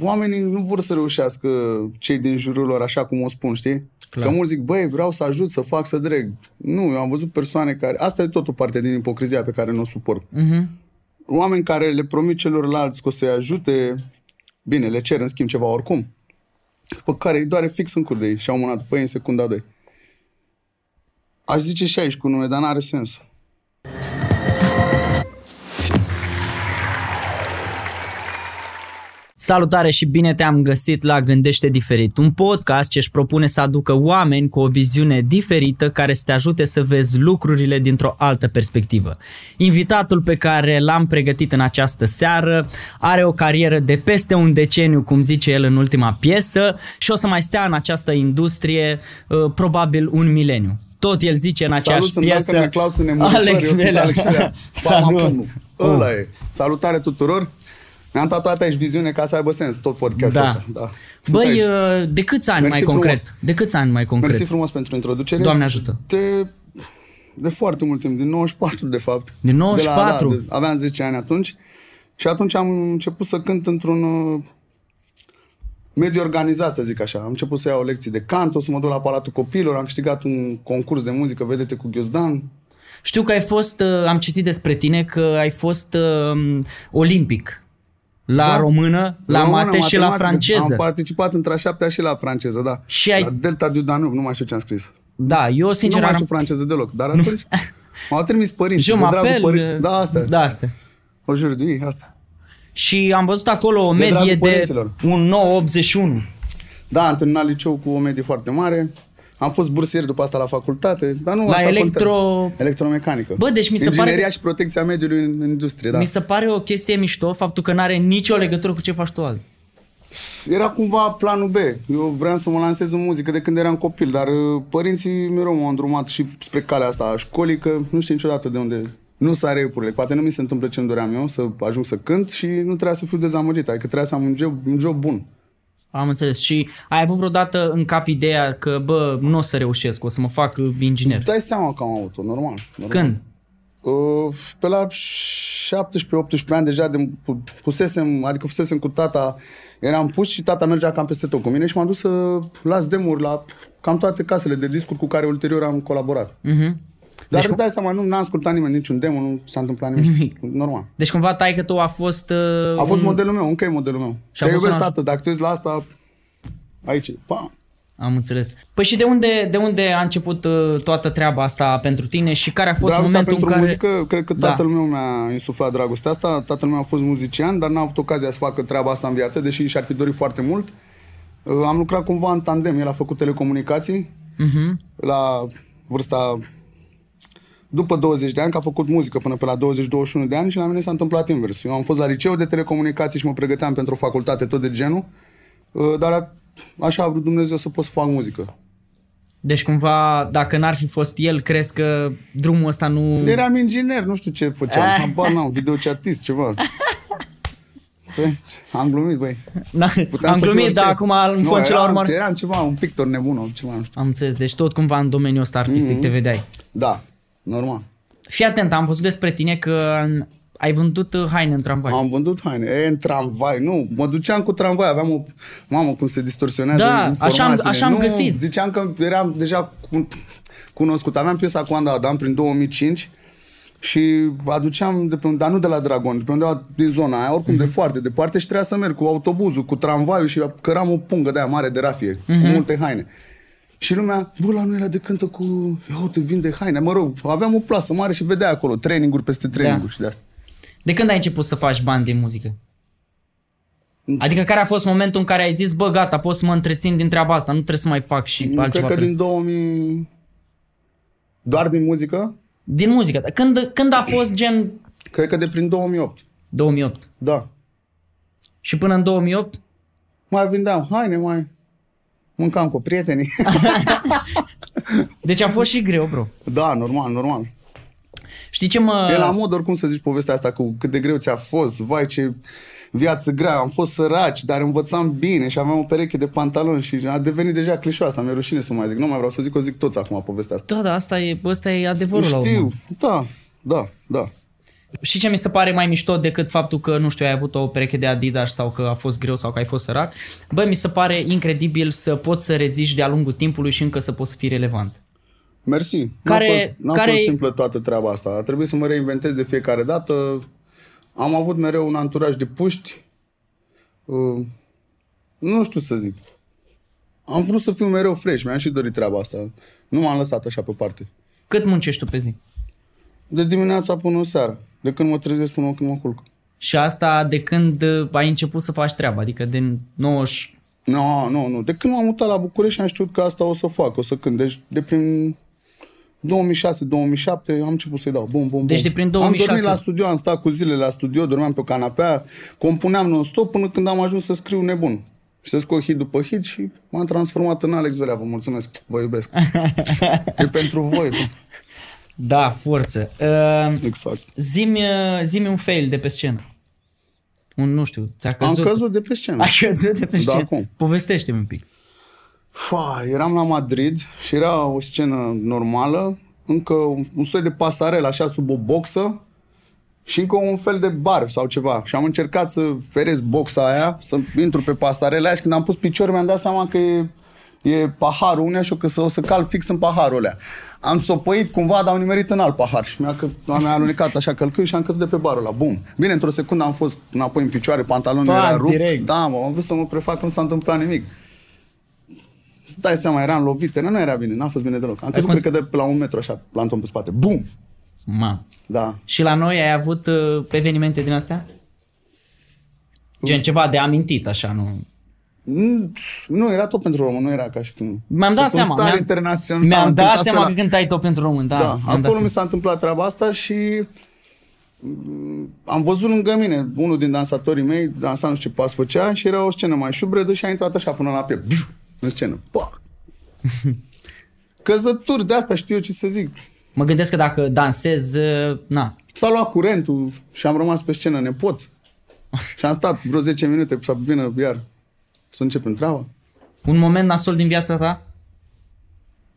oamenii nu vor să reușească cei din jurul lor așa cum o spun, știi? Clar. Că mulți zic, băi, vreau să ajut, să fac, să dreg. Nu, eu am văzut persoane care... Asta e tot o parte din ipocrizia pe care nu o suport. Uh-huh. Oameni care le promit celorlalți că o să-i ajute, bine, le cer în schimb ceva oricum, pe care îi doare fix în cur de ei și au mânat pe ei în secunda 2. Aș zice și aici cu nume, dar n-are sens. Salutare și bine te-am găsit la Gândește Diferit, un podcast ce își propune să aducă oameni cu o viziune diferită care să te ajute să vezi lucrurile dintr-o altă perspectivă. Invitatul pe care l-am pregătit în această seară are o carieră de peste un deceniu, cum zice el în ultima piesă, și o să mai stea în această industrie uh, probabil un mileniu. Tot el zice în aceeași Salut, sunt piesă... Duncan McLeod, sunt nemuritor, eu Alex sunt Velea. Alex Velea. Pama Salut! Oh. Pumnu. Ăla e. Salutare tuturor! Ne-am tatuat aici viziune ca să aibă sens tot podcastul Da. ăsta. Da. Sunt Băi, aici. uh, de câți ani Mersi mai concret? frumos. De câți ani mai concret? Mersi frumos pentru introducere. Doamne ajută. De, de foarte mult timp, din 94 de fapt. Din De la- 94? da, de- aveam 10 ani atunci și atunci am început să cânt într-un uh, mediu organizat, să zic așa. Am început să iau lecții de cant, o să mă duc la Palatul Copilor, am câștigat un concurs de muzică, vedete cu Ghiozdan. Știu că ai fost, uh, am citit despre tine că ai fost uh, olimpic la Da. română, la Română, mate și la matematică. franceză. Am participat între a șaptea și la franceză, da. Și ai- La Delta du Danube, nu mai știu ce am scris. Da, eu sincer nu mai am... știu franceză deloc, dar atunci m-au trimis părinții. Je de dragul m'appelle... părin- uh, Da, asta. Da, asta. O jur de ei, asta. Și am văzut acolo o De medie dragul de, părinților. un 981. Da, am terminat liceu cu o medie foarte mare. Am fost bursier după asta la facultate, dar nu La asta electro- contează. electromecanică. Bă, deci mi se pare- Ingineria și protecția mediului în în industrie, da. Mi se pare o chestie mișto faptul că n-are nicio legătură cu ce faci tu azi. Era cumva planul B. Eu vreau să mă lansez în muzică de când eram copil, dar uh, părinții mereu m-au îndrumat și spre calea asta a școlii, că nu știu niciodată de unde nu s repurile. Poate nu mi se întâmplă ce îmi doream eu, să ajung să cânt și nu trebuia să fiu dezamăgit, adică trebuia să am un job, un job bun. Am înțeles. Și ai avut vreodată în cap ideea că, bă, nu o să reușesc, o să mă fac uh, inginer. Îți dai seama că am avut-o, normal. normal. Când? Uh, pe la 17-18 ani deja de, pu- pusesem, adică fusesem cu tata, eram pus și tata mergea cam peste tot cu mine și m-am dus să las demuri la cam toate casele de discuri cu care ulterior am colaborat. Mhm. Dar deci, îți dai seama, nu n-a ascultat nimeni niciun demo, nu s-a întâmplat nimic. Nimic. Normal. Deci cumva taică tău a fost... uh, A fost modelul meu, încă e modelul meu. Și Și a Te fost iubesc, un aș- tată, dacă te uiți la asta, aici, e. pa. Am înțeles. Păi și de unde, de unde a început uh, toată treaba asta pentru tine și care a fost Dragostea momentul Da, pentru în care... muzică, cred că Da. tatăl meu mi-a insuflat dragostea asta. Tatăl meu a fost muzician, dar n-a avut ocazia să facă treaba asta în viață, deși și-ar fi dorit foarte mult. Uh, Am lucrat cumva în tandem. El a făcut telecomunicații Mhm. la vârsta după 20 de ani, că a făcut muzică până pe la 20-21 de ani și la mine s-a întâmplat invers. Eu am fost la liceu de telecomunicații și mă pregăteam pentru o facultate tot de genul, uh, dar a- așa a vrut Dumnezeu să pot să fac muzică. Deci cumva, dacă n-ar fi fost el, crezi că drumul ăsta nu... Eram inginer, nu știu ce Ah. făceam. Habar n-am, videochatist, ceva. Păi, am glumit, băi. Na, Puteam Am să fiu glumit, orice. dar acum în Nu, fond ce la eram- urmă... ar- Eram ceva, un pictor nebun, ceva, nu știu. Am înțeles, deci tot cumva în domeniul ăsta Mm-hmm. artistic te vedeai. Da, normal. Fii atent, am văzut despre tine că ai vândut uh, haine în tramvai. Am vândut haine. E, în tramvai, nu. Mă duceam cu tramvai, aveam o... Mamă, cum se distorsionează Da, așa am- informațiile. așa am nu, găsit. Ziceam că eram deja cu- cunoscut. Aveam piesa cu Anda Adam prin 2005 și aduceam de pe, un- dar nu de la Dragon, de pe undeva din zona aia, oricum de Mhm. foarte departe și trebuia să merg cu autobuzul, cu tramvaiul și căram o pungă de aia mare de rafie, cu Mhm. multe haine. Și lumea, bă, la noi la de cântă cu, ia uite, vinde haine, mă rog, aveam o plasă mare și vedea acolo, traininguri peste Da. traininguri și de asta. De când ai început să faci bani din muzică? Adică care a fost momentul în care ai zis, bă, gata, pot să mă întrețin din treaba asta, nu trebuie să mai fac și Nu, cred altceva. că pe- din 2000... Doar din muzică? Din muzică. Când, când a fost gen Cred că de prin 2008. 2008? Da. Și până în 2008? Mai vindeam haine, mai mâncam cu prietenii. Deci a fost și greu, bro. da, normal, normal. Știi ce mă... E la mod oricum să zici povestea asta cu cât de greu ți-a fost, vai ce viață grea, am fost săraci, dar învățam bine și aveam o pereche de pantaloni și a devenit deja clișeu asta, mi-e rușine să o mai zic, nu mai vreau să o zic, o zic toți acum povestea asta. Da, da, asta e, bă, asta e adevărul la urmă. Știu, da, da, da. Și ce mi se pare mai mișto decât faptul că, nu știu, ai avut o pereche de Adidas sau că a fost greu sau că ai fost sărac, bă, mi se pare incredibil să poți să reziști de-a lungul timpului și încă să poți să fii relevant. Mersi. Care- Care, n-a fost, n-a care- fost simplă toată treaba asta. A trebuit să mă reinventez de fiecare dată. Am avut mereu un anturaj de puști. Uh, nu știu să zic. Am vrut să fiu mereu fresh. Mi-am și dorit treaba asta. Nu m-am lăsat așa pe parte. Cât muncești tu pe zi? De dimineața până seara. De când mă trezesc până când mă culc. Și asta de când uh, ai început să faci treaba, adică din 90... Nu, nu, nu. De când m-am mutat la București am știut că asta o să fac, o să cânt. Deci de prin 2006-2007 am început să-i dau. Bum, bum, Deci bum. de prin Am dormit 2006. la studio, am stat cu zilele la studio, dormeam pe o canapea, compuneam non-stop până când am ajuns să scriu nebun. Și să scot hit după hit și m-am transformat în Alex Velea. Vă mulțumesc, vă iubesc. e pentru voi. Da, forță. Uh, Exact. zi-mi, uh, zi-mi un fail de pe scenă. Un, nu știu, ți-a Am căzut. căzut de pe scenă. Ai căzut de pe Da, scenă. cum? Povestește-mi un pic. Fa, eram la Madrid și era o scenă normală, încă un un soi de pasarel așa sub o boxă și încă un fel de bar sau ceva. Și am încercat să ferez boxa aia, să intru pe pasarela aia și când am pus picior mi-am dat seama că e, e paharul unea și o că să, o să cal fix în paharul ăla. Am țopăit cumva, dar am nimerit în alt pahar și mi-a, că, mi-a alunecat așa călcâiul și am căzut de pe barul ăla. Bum! Bine, într-o secundă am fost înapoi în picioare, pantalonul Pac, era rupt. direct. Da, mă, am vrut să mă prefac, nu s-a întâmplat nimic dai seama, eram lovit, nu, nu era bine, n-a fost bine deloc. Am căzut, cont- cred că de pe la un metru așa, la pe spate. Bum! Ma. Da. Și la noi ai avut uh, evenimente din astea? Gen ceva de amintit, așa, nu? Mm, Nu, era tot pentru român, nu era ca și cum... Mi-am dat Sunt un seama. Star mi-am, internațional. mi-am am dat cântat seama pe că la- cântai tot pentru român, da. Da, mi-am dat acolo seama. mi s-a întâmplat treaba asta și mm, am văzut lângă mine unul din dansatorii mei, dansa nu știu ce pas făcea și era o scenă mai șubredă și a intrat așa până la piept. Biu! În scenă. Pac! Căzături de asta știu eu ce să zic. Mă gândesc că dacă dansez, uh, na, S-a luat curentul și am rămas pe scenă nepot. Și am stat vreo 10 minute să vină iar să începem treaba. un moment nasol din viața ta?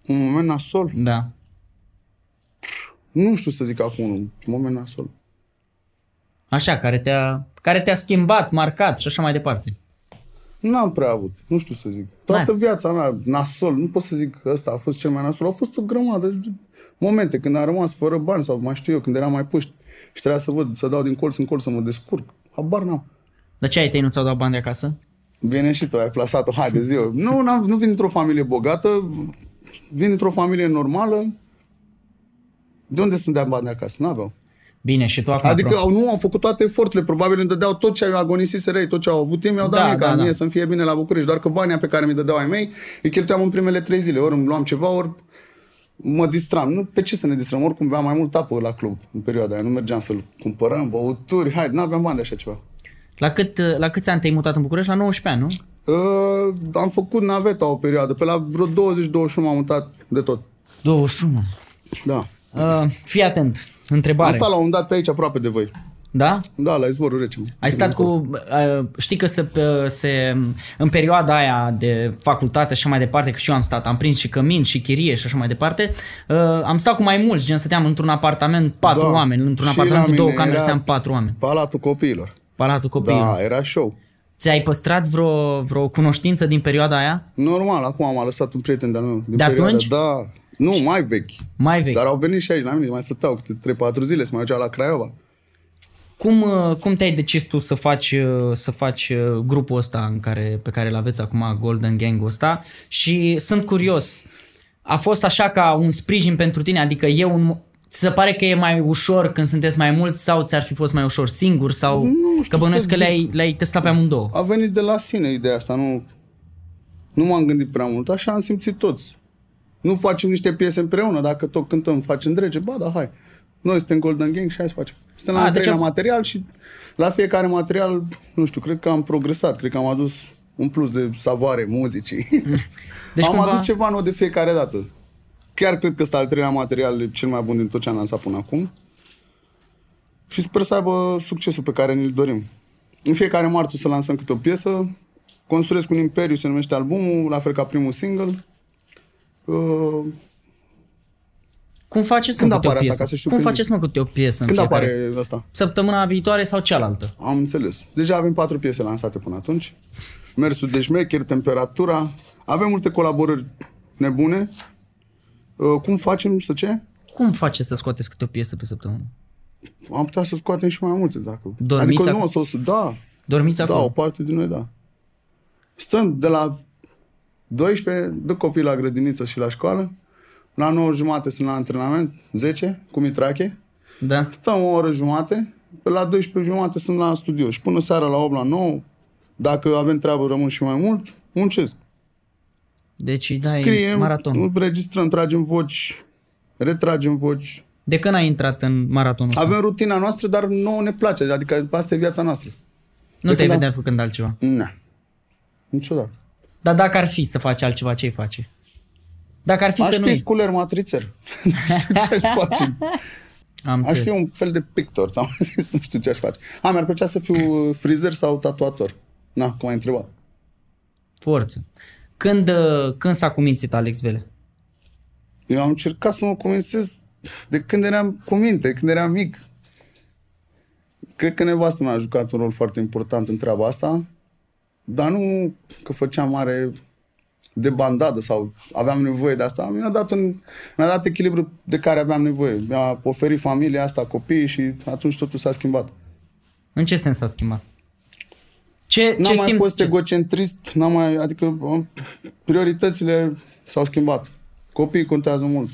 Un moment nasol. Da. Nu știu să zic acum un moment nasol. Așa, care te-a, care te-a schimbat, marcat și așa mai departe. N-am prea avut, nu știu să zic. Toată Da. viața mea, nasol, nu pot să zic că ăsta a fost cel mai nasol. Au fost o grămadă de momente când am rămas fără bani sau mai știu eu, când eram mai puști și trebuia să văd, să dau din colț în colț să mă descurc. Habar n-am. Dar ce ai tăi nu ți-au dat bani de acasă? Bine și tu, ai plasat-o, hai de ziua. Nu, n-am, nu vin dintr-o familie bogată, vin dintr-o familie normală. De unde sunt de bani de acasă? N-aveau. Bine, și tu acum... Adică pro- au, nu au făcut toate eforturile, probabil îmi dădeau tot ce au agonisit ei, tot ce au avut ei, mi-au dat Da, da, mie, da, ca da. mie să-mi fie bine la București. Doar că banii pe care mi dădeau ai mei, îi cheltuiam în primele trei zile. Ori îmi luam ceva, ori mă distram. Nu, pe ce să ne distrăm? Oricum beam mai mult apă la club în perioada aia. Nu mergeam să-l cumpărăm, băuturi, hai, n-aveam bani de așa ceva. La, cât, uh, la câți ani te-ai mutat în București? La 19 ani, nu? Uh, am făcut naveta o perioadă, pe la vreo 20-21 m-am mutat de tot. 21. Da. Uh, fii atent. Întrebare. Am stat la un dat pe aici, aproape de voi. Da? Da, la izvorul rece. Ai stat cu... Uh, știi că se, uh, se, în perioada aia de facultate și așa mai departe, că și eu am stat, am prins și cămin și chirie și așa mai departe, uh, am stat cu mai mulți, gen stăteam într-un apartament patru Da. oameni, într-un Și apartament la cu două mine camere, era- stăteam patru oameni. Palatul copiilor. Palatul copiilor. Da, era show. Ți-ai păstrat vreo, vreo cunoștință din perioada aia? Normal, acum am lăsat un prieten de-al meu. Din De perioada- atunci? Da. Nu, mai vechi. Mai vechi. Dar Dar... au venit și aici la mine, mai stăteau câte 3-4 zile, se mai duceau la Craiova. Cum, uh, cum te-ai decis tu să faci, uh, să faci uh, grupul ăsta în care, pe care îl aveți acum, Golden Gang-ul ăsta? Și sunt curios, a fost așa ca un sprijin pentru tine? Adică e un... Ți se pare că e mai ușor când sunteți mai mulți sau ți-ar fi fost mai ușor singur? Sau Nu știu că bănuiesc să că le-ai, le-ai testat pe amândouă? A venit de la sine ideea asta, nu, nu m-am gândit prea mult, așa am simțit toți. Nu facem niște piese împreună, dacă tot cântăm, facem drege, ba da, hai. Noi suntem Golden Gang și hai să facem. Suntem la A, al deci treilea a- material și la fiecare material, nu știu, cred că am progresat, cred că am adus un plus de savoare muzicii. Deci Deci am cumva- adus ceva nou de fiecare dată. Chiar cred că ăsta al treilea material e cel mai bun din tot ce am lansat până acum. Și sper să aibă succesul pe care ne-l dorim. În fiecare marți o să lansăm câte o piesă. Construiesc un imperiu, se numește albumul, la fel ca primul single. Uh, Cum faceți Când mă, câte o apare asta, piesă? ca să știu Cum când- faceți mă câte o piesă Când în fiecare? apare asta? Săptămâna viitoare sau cealaltă? Am înțeles. Deja avem patru piese lansate până atunci. Mersul de șmecher, temperatura. Avem multe colaborări nebune. Uh, Cum facem să ce? Cum faceți să scoateți câte o piesă pe săptămână? Am putea să scoatem și mai multe dacă... Dormiți adică acum? nu o să o să... Da, Dormiți da, o acum? parte din noi da. Stăm de la 12, duc copiii la grădiniță și la școală. La 9 jumate sunt la antrenament, 10, cu mitrache. Da. Stăm o oră jumate, pe la 12 jumate sunt la studio și până seara la 8 la 9, dacă avem treabă rămân și mai mult, muncesc. Deci da, e Scriem, maraton. înregistrăm, tragem voci, retragem voci. De când ai intrat în maratonul ăsta? Avem rutina noastră, dar nouă ne place, adică asta e viața noastră. Nu te-ai când am- vedea făcând altceva. Na. Niciodată. Dar dacă ar fi să faci altceva, ce-ai face? Dacă ar fi Aș să nu fi fi... sculer matrițer. nu știu ce aș face. Am Aș fi înțeles. un fel de pictor, ți-am zis, nu știu ce aș face. A, mi-ar plăcea să fiu uh, frizer sau tatuator. Na, cum ai întrebat. Forță. Când, uh, când s-a cumințit Alex Vele? Eu am încercat să mă convinsez de când eram cu minte, când eram mic. Cred că nevastă mea a jucat un rol foarte important în treaba asta, dar nu că făceam mare de bandadă sau aveam nevoie de asta. Mi-a dat, un, mi-a dat echilibru de care aveam nevoie. Mi-a oferit familia asta, copiii și atunci totul s-a schimbat. În ce sens s-a schimbat? Ce, ce N-am mai simți? fost ce- egocentrist, n-am mai, adică am- prioritățile s-au schimbat. Copiii contează mult.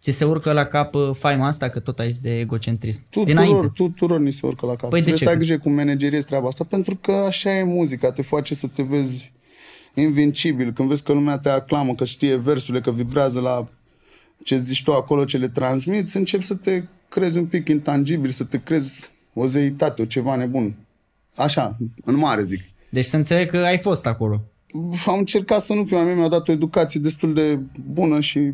Ți se urcă la cap uh, faima asta că tot ai zis de egocentrism. Tuturor, Dinainte. tuturor ni se urcă la cap. Păi de Trebuie ce? să ai grijă cum manageriezi treaba asta, pentru că așa e muzica, te face să te vezi invincibil, când vezi că lumea te aclamă, că știe versurile, că vibrează la ce zici tu acolo, ce le transmiți, începi să te crezi un pic intangibil, să te crezi o zeitate, o ceva nebun. Așa, în mare zic. Deci să înțeleg că ai fost acolo. am încercat să nu fiu, a mea mi-a dat o educație destul de bună și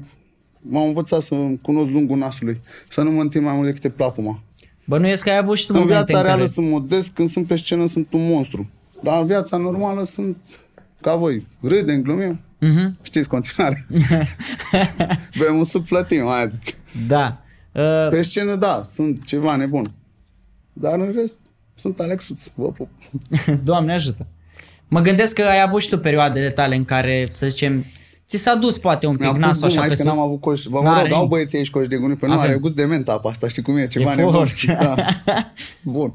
m-am învățat să cunosc lungul nasului, să nu mă întind mai mult decât e plapuma. Bănuiesc că ai avut și tu În momente viața în reală care... sunt modest, când sunt pe scenă sunt un monstru. Dar în viața normală sunt ca voi. Râdem, glumim. Mhm. Știți continuare. Bem un sup plătim, aia zic. Da. Uh, Pe scenă, da, sunt ceva nebun. Dar în rest, sunt Alexuț, vă pup. Doamne ajută. Mă gândesc că ai avut și tu perioadele tale în care, să zicem, ți s-a dus poate un pic Mi-am pus guma nasul așa aici pe că sus. n-am avut coș. Bă, mă N-are rog, au nici. băieții aici coș de guni, pe nu Avem. are gust de mentă apa asta, știi cum e, ceva E nebun. fort. Da. Bun.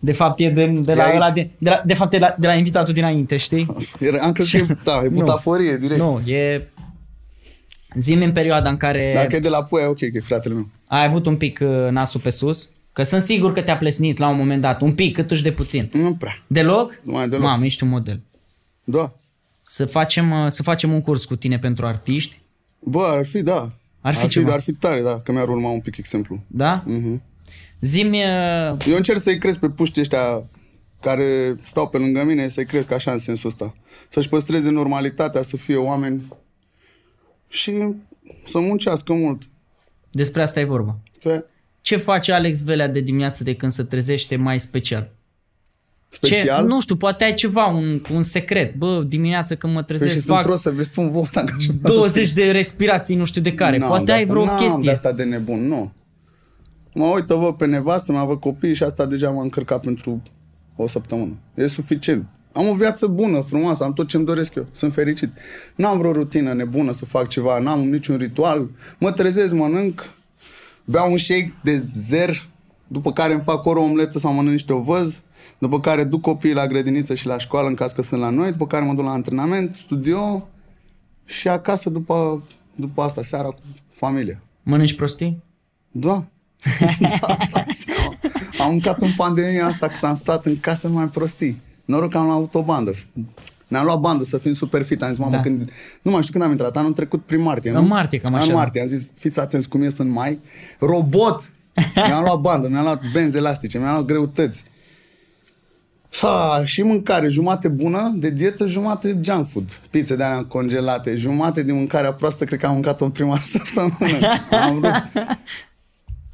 De fapt e de, de, la, aici. ăla de, de, la, de fapt e la, de la invitatul dinainte, știi? Era, am crezut că e, da, e Nu. butaforie direct. Nu, e... Zim în perioada în care Dacă e de la Puia, e ok, că e fratele meu. ai avut un pic uh, nasul pe sus, că sunt sigur că te-a plesnit la un moment dat, un pic, cât uși de puțin. Nu prea. Deloc? Nu mai deloc. Mamă, ești un model. Da. Să facem, uh, să facem un curs cu tine pentru artiști, Bă, ar fi, da. Ar fi ceva. Ar fi tare, da, că mi-ar urma un pic exemplu. da? Mhm. Zim, uh, Eu încerc să-i cresc pe puștii ăștia care stau pe lângă mine, să-i cresc așa în sensul ăsta. Să-și păstreze normalitatea, să fie oameni și să muncească mult. despre asta e vorba. Pe Ce face Alex Velea de dimineață de când se trezește mai special? special. Ce, nu știu, poate ai ceva, un, un secret. Bă, dimineața când mă Păi și trezesc sunt fac prost să vi spun vouă dacă așa 20 de respirații, nu știu de care. N-am poate de ai asta, vreo n-am de chestie. asta de nebun, nu. Mă uită, vă, pe nevastă, mă văd copii și asta deja m-a încărcat pentru o săptămână. E suficient. Am o viață bună, frumoasă, am tot ce-mi doresc eu, sunt fericit. N-am vreo rutină nebună să fac ceva, n-am niciun ritual. Mă trezesc, mănânc, beau un shake de zer, după care îmi fac ori o omletă sau mănânc niște ovăz, după care duc copiii la grădiniță și la școală în caz că sunt la noi, după care mă duc la antrenament, studio și acasă după, după asta, seara cu familia. Mănânci prostii? Da. da asta înseamnă. am mâncat în pandemia asta cât am stat în casă mai prostii. Noroc că am avut o bandă. Ne-am luat bandă să fim super fit. Am zis, mamă, Da. da. când... Nu mai știu când am intrat, anul trecut prin martie, nu? În martie, cam așa, În da. martie, am zis, fiți atenți cum ies în mai. Robot! Mi-am luat bandă, mi-am luat benzi elastice, mi-am luat greutăți. Ha, și mâncare, jumate bună de dietă, jumate junk food. Pizze de alea congelate, jumate din mâncarea proastă, cred că am mâncat-o în prima săptămână. Am rupt.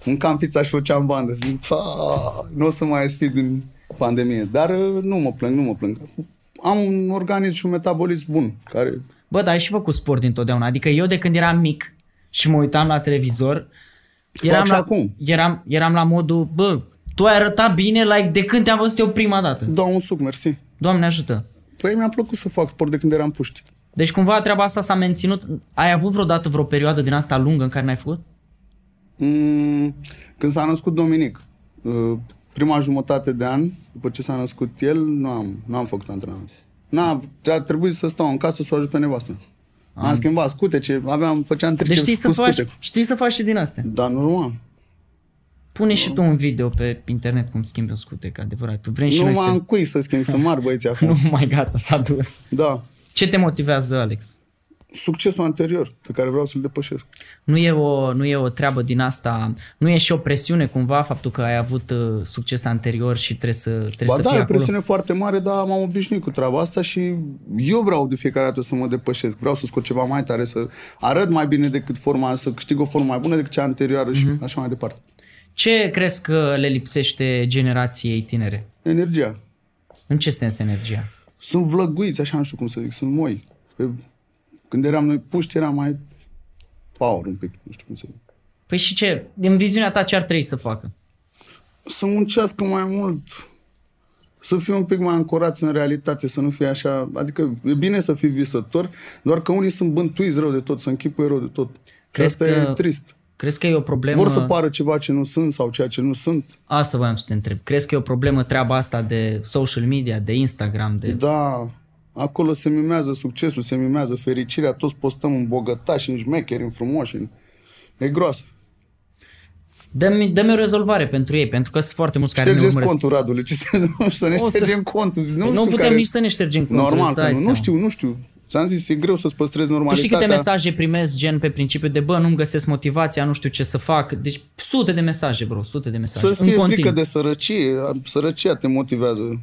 Mâncam pizza și făceam bandă. Zic, "Pa, nu o să mai ies fi din pandemie. Dar uh, nu mă plâng, nu mă plâng. Am un organism și un metabolism bun, care Bă, dar ai și făcut sport dintotdeauna. Adică eu de când eram mic și mă uitam la televizor. Faci la, acum. Eram, eram la modul, bă, tu ai arătat bine like, de când te-am văzut eu prima dată. Dau un suc, mersi. Doamne ajută! Păi mi-a plăcut să fac sport de când eram puști. Deci cumva treaba asta s-a menținut. Ai avut vreodată vreo perioadă din asta lungă în care n-ai făcut? Mm, Când s-a născut Dominic, uh, prima jumătate de an, după ce s-a născut el, nu am, nu am făcut antrenament. N-a, a trebuit să stau în casă să o ajut pe nevastă. Am, am schimbat scutece, aveam, făceam Deci triceps știi să, cu faci, scutecul. știi să faci și din astea. Dar normal. Pune și tu un video pe internet cum schimbi un scutec, adevărat. Tu vrei și Nu noi m-am suntem- cui să schimb, să mari băieții acum. Nu mai gata, s-a dus. Da. Ce te motivează, Alex? Succesul anterior pe care vreau să-l depășesc. Nu e, o, nu e o treabă din asta, nu e și o presiune cumva faptul că ai avut uh, succes anterior și trebuie să, trebuie Ba să da, fii e o acolo. presiune foarte mare, dar m-am obișnuit cu treaba asta și eu vreau de fiecare dată să mă depășesc. Vreau să scot ceva mai tare, să arăt mai bine decât forma, să câștig o formă mai bună decât cea anterioară și Mhm. așa mai departe. Ce crezi că le lipsește generației tinere? Energia. În ce sens energia? Sunt vlăguiți, așa nu știu cum să zic, sunt moi. Pe- Când eram noi puști, era mai power un pic, nu știu cum să zic. Păi și ce, din viziunea ta ce ar trebui să facă? Să muncească mai mult, să fie un pic mai ancorați în realitate, să nu fie așa... Adică e bine să fii visător, doar că unii sunt bântuiți rău de tot, să închipuie rău de tot. Și Crezi asta că- uh, e trist. Crezi că e o problemă? Vor să pară ceva ce nu sunt sau ceea ce nu sunt. Asta voiam să te întreb. Crezi că e o problemă treaba asta de social media, de Instagram, de... Da, acolo se mimează succesul, se mimează fericirea, toți postăm în bogătași, în șmecheri, în frumoși. În... E groasă. Dă-mi, dă-mi o rezolvare pentru ei, pentru că sunt foarte mulți care ne Ștergeți urmăresc. contul, Radule, ce să, nu știu, să ne O să- Păi ștergem contul. Nu, Nu, nu știu putem care... nici să ne ștergem contul. Normal, îți că dai nu, nu seama. știu, nu știu. Ți-am zis, e greu să-ți păstrezi Tu Deci știi normalitatea. câte mesaje primesc gen pe principiu de bă, nu-mi găsesc motivația, nu știu ce să fac. Deci sute de mesaje, bro, sute de mesaje. Să-ți în fie continuu. frică de sărăcie. Sărăcia te motivează.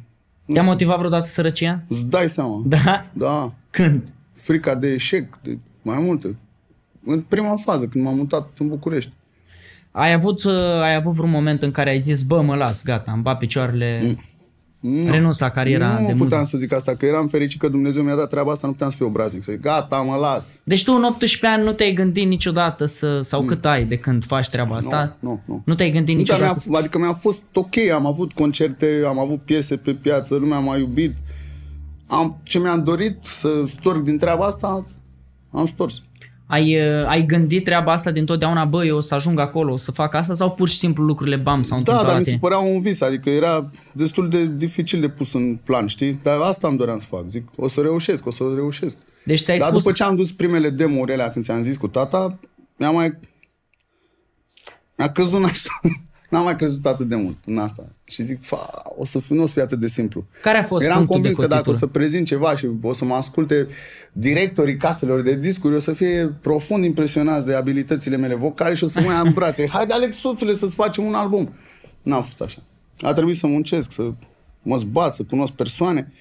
Te-a motivat vreodată sărăcia? Îți dai seama. Da? da. Când? Frica de eșec, de mai multe. În prima fază, când m-am mutat în București. Ai avut, uh, ai avut vreun moment în care ai zis, bă, mă las, gata, îmi bat picioarele, Nu. renunț la cariera nu păi da. de puteam să muzică. zic asta, că eram fericit că Dumnezeu mi-a dat treaba asta, nu puteam să fiu obraznic. Să zic, gata, mă las. Deci tu în 18 ani nu te-ai gândit niciodată să, sau cât ai de când faci treaba asta? nu, nu. Nu te-ai gândit Nu, dar niciodată? mi-a, f- adică mi-a fost ok, am avut concerte, am avut piese pe piață, lumea m-a iubit. Am, ce mi-am dorit să storc din treaba asta, am stors. Ai, uh, ai gândit treaba asta din totdeauna, bă, eu o să ajung acolo, o să fac asta sau pur și simplu lucrurile bam s-au Da, întâmplat dar la mi se tine? părea un vis, adică era destul de dificil de pus în plan, știi? Dar asta îmi doream să fac, zic, o să reușesc, o să reușesc. Deci ți-ai Dar spus, după ce am dus primele demo-uri alea când ți-am zis cu tata, mi-a mai... Mi-a căzut nașul. N-am mai crezut atât de mult în asta. Și zic, fa, o să fi, nu o să fie atât de simplu. Care a fost Eram punctul convins de că dacă o să cotitură? prezint ceva și o să mă asculte directorii caselor de discuri, o să fie profund impresionați de abilitățile mele vocale și o să mă ia în brațe. Haide, Alex, soțule, să-ți facem un album. N-a fost așa. A trebuit să muncesc, să mă zbat, să cunosc persoane.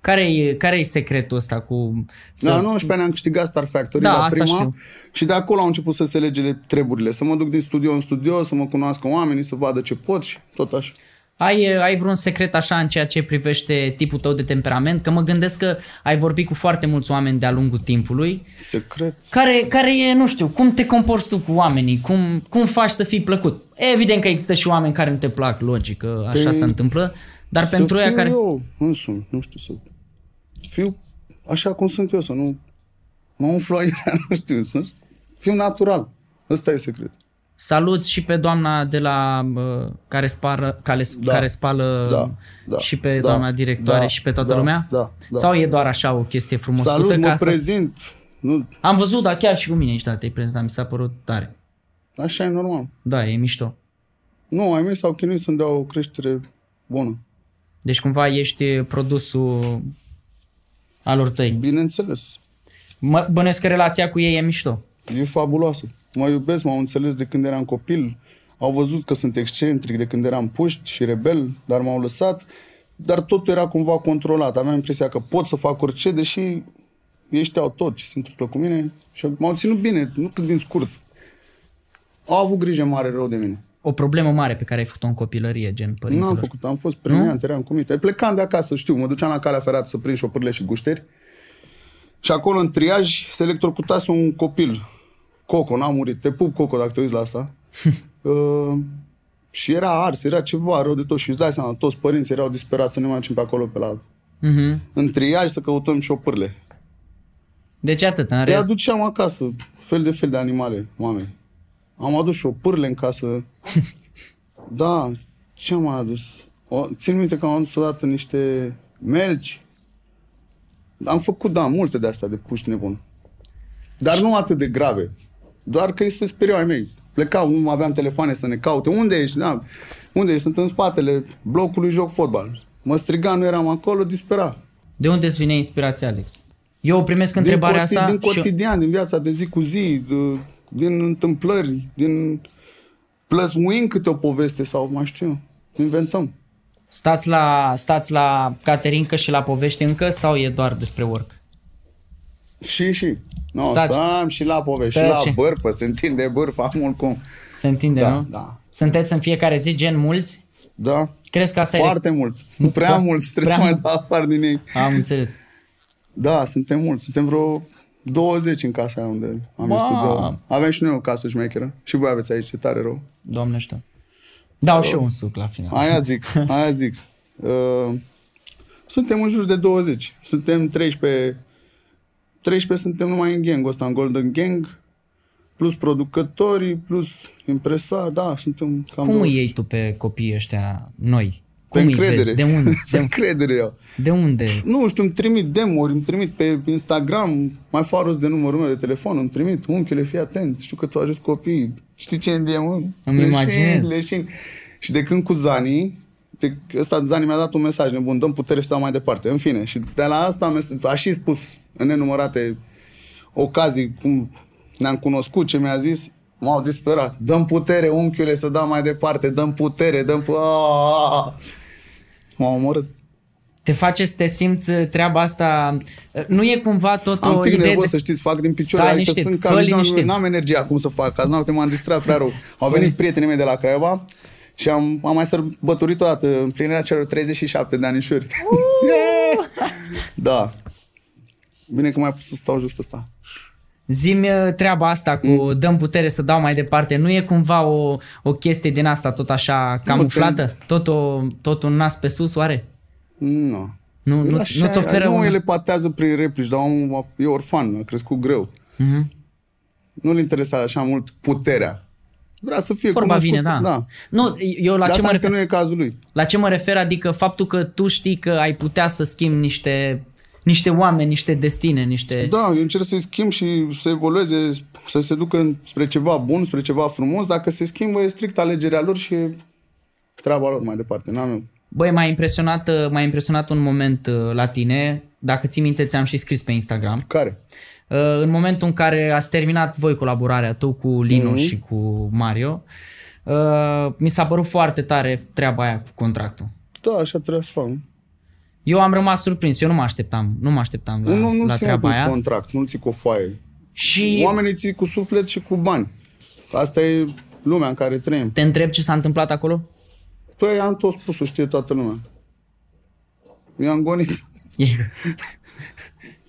care e care e secretul ăsta cu... Să... La 19 ani am câștigat Star Factory Da, la asta prima știu. și de acolo au început să se lege treburile. Să mă duc din studio în studio, să mă cunoască oamenii, să vadă ce pot și tot așa. Ai, uh, ai vreun secret așa în ceea ce privește tipul tău de temperament? Că mă gândesc că ai vorbit cu foarte mulți oameni de-a lungul timpului. Secret. Care, care e, nu știu, cum te comporți tu cu oamenii? Cum, cum faci să fii plăcut? Evident că există și oameni care nu te plac, logic, că așa Păi, se întâmplă. Dar pentru să ea fiu care... eu însumi, nu știu, să fiu așa cum sunt eu, să nu mă umflu aiurea, nu știu, să fiu natural. Ăsta e secret. Salut și pe doamna de la uh, care, spară, care, da. Da. care spală Da, da, și pe da, doamna directoare da, și pe toată da, lumea? da, da. Sau e doar așa o chestie frumos Salut, spusă? mă Că asta... prezint. Nu, Am văzut, dar chiar și cu mine ești, da, te-ai prezentat, mi s-a părut tare. așa e normal. Da, e mișto. Nu, ai mei s-au chinuit să-mi dea o creștere bună. Deci cumva ești produsul alor tăi. Bineînțeles. Mă, bănesc că relația cu ei e mișto. E fabuloasă. Mă iubesc, m-au înțeles de când eram copil. Au văzut că sunt excentric de când eram puști și rebel, dar m-au lăsat. Dar totul era cumva controlat. Aveam impresia că pot să fac orice, deși ei știau tot ce se întâmplă cu mine. Și m-au ținut bine, nu cât din scurt. Au avut grijă mare rău de mine. O problemă mare pe care ai făcut-o în copilărie, gen Nu părinților. am făcut, am fost premiant, eram comit. Plecam de acasă, știu, mă duceam la calea ferată să prind șopârle și gușteri. Și acolo, în triaj, se electrocutase un copil Coco, n-a murit. Te pup, Coco, dacă te uiți la asta. uh, și era ars, era ceva rău de tot și îți dai seama, toți părinții erau disperați să ne mai ducem pe acolo, pe la... Mhm. În triaj să căutăm șopârle. Deci atât, în Le rest. aduceam acasă, fel de fel de animale, oameni. Am adus și o pârle în casă. da, ce am mai adus? O, țin minte că am adus odată niște melci. Am făcut, da, multe de astea de puști nebun. Dar nu atât de grave. Doar că ei se speriau ai mei. Plecau, nu aveam telefoane să ne caute. Unde ești? Da. Unde ești? Sunt în spatele blocului, joc fotbal. Mă striga, nu eram acolo, dispera. De unde îți vine inspirația, Alex? Eu primesc întrebarea din, coti- asta din și... cotidian, din viața de zi cu zi, de, din întâmplări, din plăsmuim câte o poveste sau mai știu, eu, inventăm. Stați la, stați la Caterinca și la povești încă sau e doar despre work? Și, și. No, Stați. stăm și la povești, și la Stați și- bârfă, se întinde bârfa mult cum. Se întinde, Da, nu? da. Sunteți în fiecare zi gen mulți? Da, Crezi că asta foarte mulți. Prea Foarte- mulți, trebuie da. prea să mai dau afară din ei. e... Am înțeles. Da, suntem mulți, suntem vreo 20 în casa aia unde am Mamă. wow. Avem și noi o casă șmecheră. Și voi aveți aici, e tare rău. Doamne știu. Dau și eu un suc la final. Aia zic, aia zic. Uh, suntem în jur de 20. Suntem 13. 13 suntem numai în gang ăsta, în Golden Gang. Plus producătorii, plus impresari, da, suntem cam Cum 20. îi iei tu pe copiii ăștia noi? Pe Cum îi încredere. vezi? De unde? pe De, încredere eu. de unde? Nu știu, îmi trimit demo-uri, îmi trimit pe Instagram, mai fac rost de numărul meu de telefon, îmi trimit, unchiule, fii atent, știu că tu ajuți copiii, știi ce e mă? Îmi imaginez. leșin. Și de când cu Zani, de, ăsta Zani mi-a dat un mesaj nebun, dăm putere să dau mai departe, în fine. Și de la asta am mes- a și spus în nenumărate ocazii cum ne-am cunoscut, ce mi-a zis, m-au disperat. Dăm putere, unchiule, să dau mai departe, dăm putere, dăm... Pu- Aaaa! M-au omorât. Te face să te simți treaba asta... Nu e cumva tot Am o pic idee nervos, de... să de... știți, fac din picioare, Stai adică liniștit, sunt fă cam liniștit. nici n-am energie acum să fac, azi noapte m-am distrat prea rău. Au venit prietenii mei de la Craiova și am, am mai sărbătorit o dată împlinirea celor 37 de anișuri. da. Bine că mai pus să stau jos pe asta. Zimi uh, treaba asta cu Mm. dăm putere să dau mai departe. Nu e cumva o, o chestie din asta tot așa camuflată? Tot, o, tot un nas pe sus oare? Nu. Nu, nu, Așa nu-ți e, oferă nu un... ele patează prin replici, dar omul e orfan, a crescut greu. Mhm. Nu-l interesa așa mult puterea. Vrea să fie Vorba cunoscut, vine, da. da. Nu, eu la Dar ce mă asta refer? că nu e cazul lui. La ce mă refer, adică faptul că tu știi că ai putea să schimbi niște, niște oameni, niște destine, niște... Da, eu încerc să-i schimb și să evolueze, să se ducă în- spre ceva bun, spre ceva frumos. Dacă se schimbă, e strict alegerea lor și e treaba lor mai departe. N-am eu. Băi, m-a impresionat, uh, m-a impresionat un moment uh, la tine, dacă ții minte, ți-am și scris pe Instagram. Care? Uh, În momentul în care ați terminat voi colaborarea tu cu Mhm. Lino și cu Mario, uh, mi s-a părut foarte tare treaba aia cu contractul. Da, așa trebuie să fac. nu? Eu am rămas surprins, eu nu mă așteptam, nu mă așteptam la, nu, nu Da, la ții mă cu treaba aia. contract, nu ții cu o foaie. Și Oamenii ții cu suflet și cu bani. Asta e lumea în care trăim. te întreb ce s-a întâmplat acolo? Păi am tot spus-o, știe toată lumea. I-am gonit.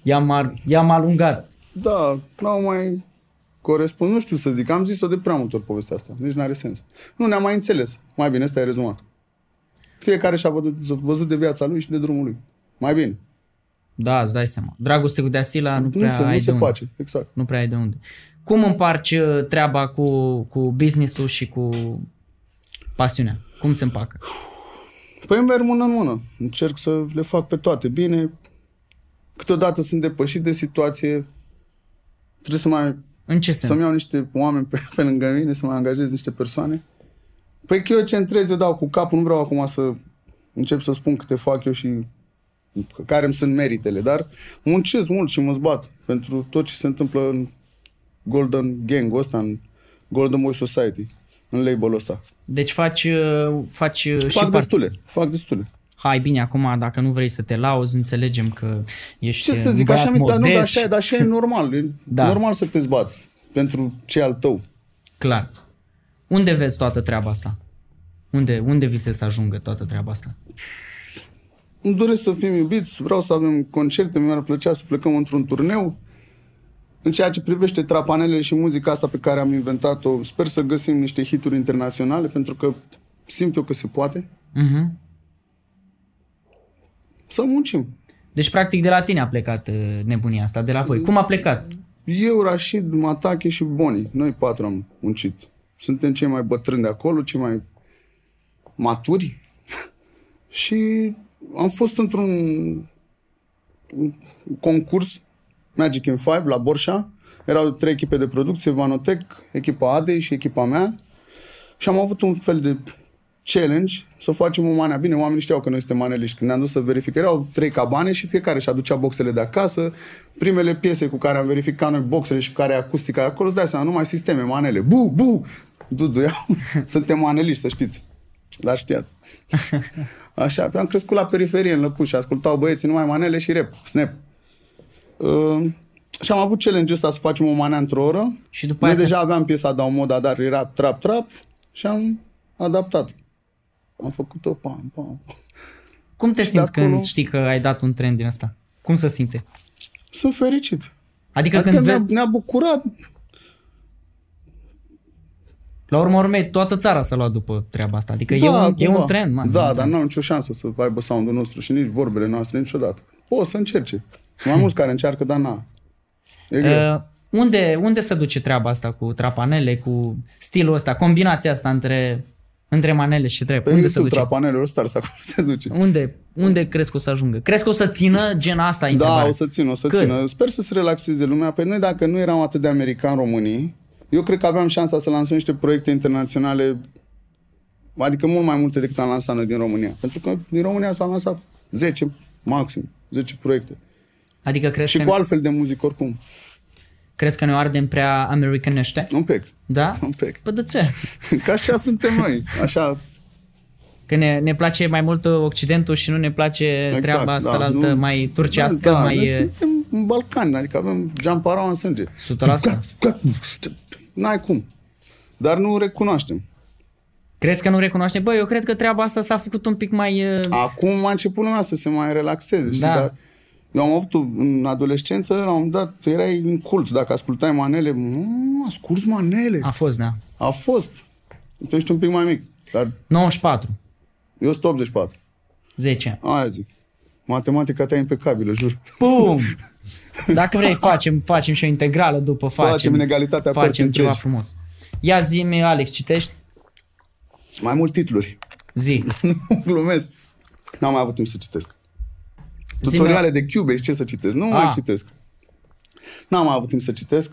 I-am, ar- i-am alungat. Da, n-au mai corespund, nu știu să zic, am zis-o de prea multe ori povestea asta, nici n-are sens. Nu ne-am mai înțeles, mai bine, ăsta e rezumat. Fiecare și-a văzut, văzut de viața lui și de drumul lui. Mai bine, Da, îți dai seama. Dragoste cu deasila nu prea nu se, ai nu de se unde. face, exact. Nu prea ai de unde. Cum împarci uh, treaba cu, cu business-ul și cu pasiunea? Cum se împacă? Păi merg mână în mână, încerc să le fac pe toate bine, câteodată sunt depășit de situație, trebuie să mai În ce sens? să-mi iau niște oameni pe, pe lângă mine, să mai angajez niște persoane. Păi că eu centrez, eu dau cu capul, nu vreau acum să încep să spun câte fac eu și care îmi sunt meritele, dar muncesc mult și mă zbat pentru tot ce se întâmplă în Golden Gang ăsta, în Golden Boy Society, în label-ul ăsta. Deci faci, uh, faci uh, și Fac parte. destule, fac destule. Hai, bine, acum, dacă nu vrei să te lauzi, înțelegem că ești uh, Ce să un zic, băiat așa mi se dar nu, dar modest așa, e- da. și- dar așa e normal. E Da. normal să te zbați pentru ce al tău. Clar. Unde vezi toată treaba asta? Unde, unde visezi să ajungă toată treaba asta? îmi doresc să fim iubiți, vreau să avem concerte, mi-ar plăcea să plecăm într-un turneu. În ceea ce privește trapanelele și muzica asta pe care am inventat-o, sper să găsim niște hituri internaționale, pentru că simt eu că se poate. Mhm. Să muncim. Deci, practic, de la tine a plecat uh, nebunia asta, de la voi. Cum a plecat? Eu, Rashid, Matache și Boni, noi patru am muncit. Suntem cei mai bătrâni de acolo, cei mai maturi și am fost într-un un concurs Magic in Five la Borșa. Erau trei echipe de producție, Vanotec, echipa Adei și echipa mea. Și am avut un fel de challenge să facem o manea. Bine, oamenii știau că noi suntem maneliști. Când ne-am dus să verificăm, erau trei cabane și fiecare și aducea boxele de acasă. Primele piese cu care am verificat noi boxele și cu care e acustica de acolo, îți dai seama, numai sisteme, manele. Bu, bu! Duduiau. Suntem maneliști, să știți. Dar știați. Așa, am crescut la periferie în Lăpuș și ascultau băieții numai manele și rap, snap. Uh, și am avut challenge-ul ăsta să facem o manea într-o oră. Și după Noi aia ți-a- deja aveam piesa Dau Moda, dar era trap, trap și am adaptat. Am făcut-o pam, pam. Cum te Și de simți acolo- când știi că ai dat un trend din asta? Cum se simte? Sunt fericit. Adică, Adică când ne-a, vezi, ne-a bucurat. la urmă urmei, toată țara s-a luat după treaba asta. Adică e, un, e da, cumva. un trend, man. Da, dar n-au nicio șansă să aibă sound-ul nostru și nici vorbele noastre niciodată. Poți să încerce. Sunt mai mulți care încearcă, dar n-a. E greu. Uh, unde, unde se duce treaba asta cu trapanele, cu stilul ăsta, combinația asta între, între manele și trep? Pe Unde se YouTube, duce? trapanelor ăsta, acolo se duce. Unde, unde crezi că o să ajungă? Crezi că o să țină gen asta? Da, e întrebarea. o să țin, o să Cât? țină. Sper să se relaxeze lumea. Pe noi, dacă nu eram atât de americani românii, eu cred că aveam șansa să lansăm niște proiecte internaționale, adică mult mai multe decât am lansat noi din România. Pentru că din România s-au lansat 10, maxim, 10 proiecte. Adică crezi Și că, cu altfel de muzică oricum. crezi că ne ardem prea americanește? Un pic, Da? un pic. Păi de ce? Că așa suntem noi, așa. Că ne, ne place mai mult Occidentul și nu ne place Exact, treaba asta da, la altă, nu- mai turcească, da, mai... noi e- suntem în Balcani, adică avem geamparaua în sânge. 100%. N-ai cum. Dar nu recunoaștem. Crezi că nu recunoaște? Bă, eu cred că treaba asta s-a făcut un pic mai... uh, Acum a început lumea să se mai relaxeze. Știi? Da. Dar eu am avut în adolescență, la un moment dat, tu erai în cult. Dacă ascultai manele, mă, asculți manele. A A, fost, da. a fost. Tu ești un pic mai mic, dar 94, eu sunt 84. 10. Aia zic. Matematica ta e impecabilă, jur. Pum! Dacă vrei, facem, facem și o integrală după, facem. Facem inegalitatea părții Facem ceva întregi. frumos. Ia zi-mi, Alex, citești? Mai mult titluri. Zi. Nu glumesc. N-am mai avut timp să citesc. Zi-mi- Tutoriale de Cubase, ce să citesc? Nu mai Ah. citesc. N-am mai avut timp să citesc.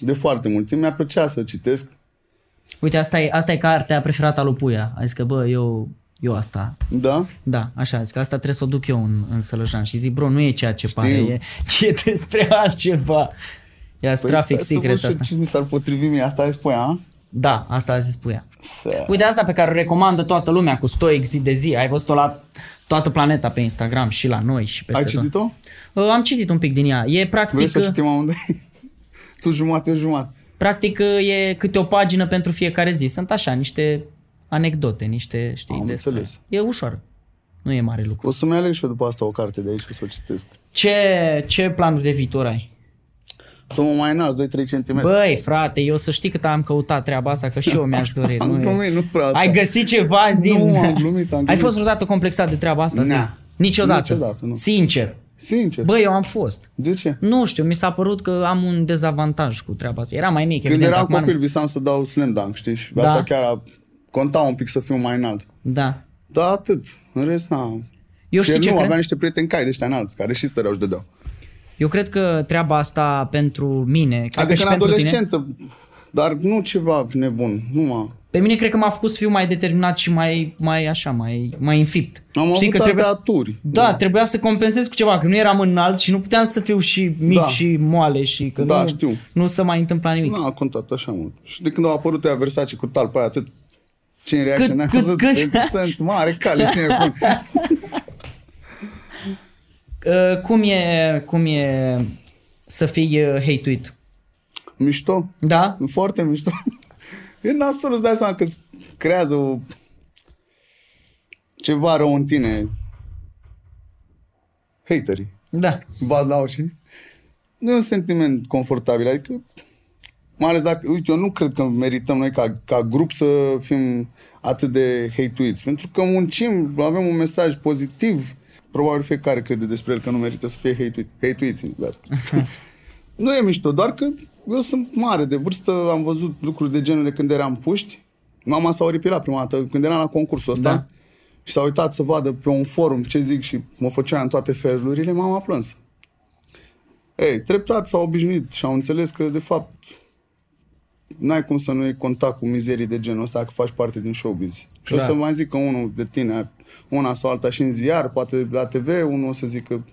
De foarte mult timp. Mi-ar plăcea să citesc. Uite, asta e, asta e cartea preferată a lui Puia. A zis că, bă, eu, eu asta. Da? Da, așa, a zis că asta trebuie să o duc eu în, în Sălăjan. Și zic, bro, nu e ceea ce pare, e, e despre altceva. Ia păi traffic stai să văd secrets ce- asta. Ce mi s-ar potrivi mie, asta îi spui, a? Da, asta a zis Puia. Să... Uite asta pe care o recomandă toată lumea cu stoic zi de zi. Ai văzut-o la toată planeta pe Instagram și la noi și peste Ai tot. citit-o? Uh, Am citit un pic din ea. E Vrei practic, uh, să citim amândoi? tu jumate, eu jumate. practic uh, e câte o pagină pentru fiecare zi. Sunt așa niște anecdote, niște știi Am înțeles. E ușoară. Nu e mare lucru. O să-mi aleg și eu după asta o carte de aici și o să o citesc. Ce, ce planuri de viitor ai? Să mă mai naști 2-3 cm. Băi, frate, eu să știi cât am căutat treaba asta, că și eu mi-aș dori. Am e- glumit, nu vreau asta. Ai găsit ceva, zi Nu, am glumit, am Ai glumit. fost vreodată complexat de treaba asta? Na. zi? Niciodată. Niciodată, nu. Sincer. Sincer. Băi, eu am fost. De ce? Nu știu, mi s-a părut că am un dezavantaj cu treaba asta. Era mai mic, Când evident, eram acum nu. copil visam să dau slam dunk, știi? Și Da. asta chiar a... conta un pic să fiu mai înalt. Da. Da, atât. În rest, n-am. Eu Și știu ce nu, cred? aveam niște prieteni cai de ăștia înalți, care și săreau și dădeau. Eu cred că treaba asta pentru mine, cred că Adică și în pentru tine, adolescență, dar nu ceva nebun, nu mă... pe mine cred că m-a făcut să fiu mai determinat și mai, mai așa, mai, mai infipt. Am Știi avut că alte trebuia, aturi. da, trebuia să compensez cu ceva, că nu eram înalt și nu puteam să fiu și mic Da. și moale și că Da, nu, știu. nu se mai întâmpla nimic. Nu a contat așa mult. Și de când au apărut ea Versace cu talpa aia, atât ce în Cât- reaction am cât- văzut, Deci cât? sunt mare cale, ține cum. Uh, cum, e, cum e să fii uh, hate-uit? Mișto, Da? foarte mișto. E nasol, îți dai seama că îți creează o... ceva rău în tine. Haterii. Da. Bad lauci. nu e un sentiment confortabil, adică mai ales dacă, uite, eu nu cred că merităm noi ca, ca grup să fim atât de hate-uiți, pentru că muncim, avem un mesaj pozitiv, probabil fiecare crede despre el că nu merită să fie hate-uit, hate-uiți. dar- nu e mișto, doar că eu sunt mare de vârstă, am văzut lucruri de genul de când eram puști, mama s-a oripilat prima dată, când eram la concursul ăsta, Da. și s-a uitat să vadă pe un forum ce zic și mă făcea în toate felurile, mama a plâns. Ei, treptat s-au obișnuit și au înțeles că, de fapt, n-ai cum să nu iei contact cu mizerii de genul ăsta dacă faci parte din showbiz. Și o Clar. să mai zic că unul de tine, una sau alta și în ziar, poate la TV, unul o să zică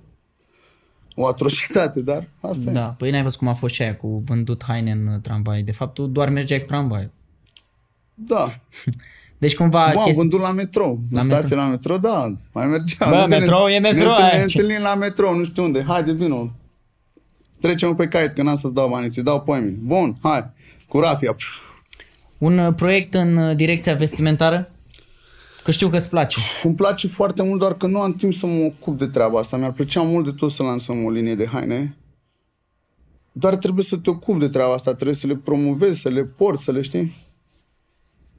o atrocitate, dar asta e. Da, păi n-ai văzut cum a fost și aia cu vândut haine în uh, tramvai. De fapt, tu doar mergeai cu tramvaiul. Da. Deci cumva... Bă, am chesti- vândut la metrou. La în stație la metrou, da, mai mergeam. Bă, Ne întâlnim- metrou e metrou, ne întâlnim- aia. Ne întâlnim la metrou, nu știu unde. Haide, vino. Trecem pe caiet, că n-am să-ți dau banii, ți dau pe mine. Bun, hai. Cu rafia. Pf, Un uh, proiect în uh, direcția vestimentară? Că știu că îți place. Îmi place foarte mult, doar că nu am timp să mă ocup de treaba asta. Mi-ar plăcea mult de tot să lansăm o linie de haine. Dar trebuie să te ocupi de treaba asta, trebuie să le promovezi, să le porți, să le știi.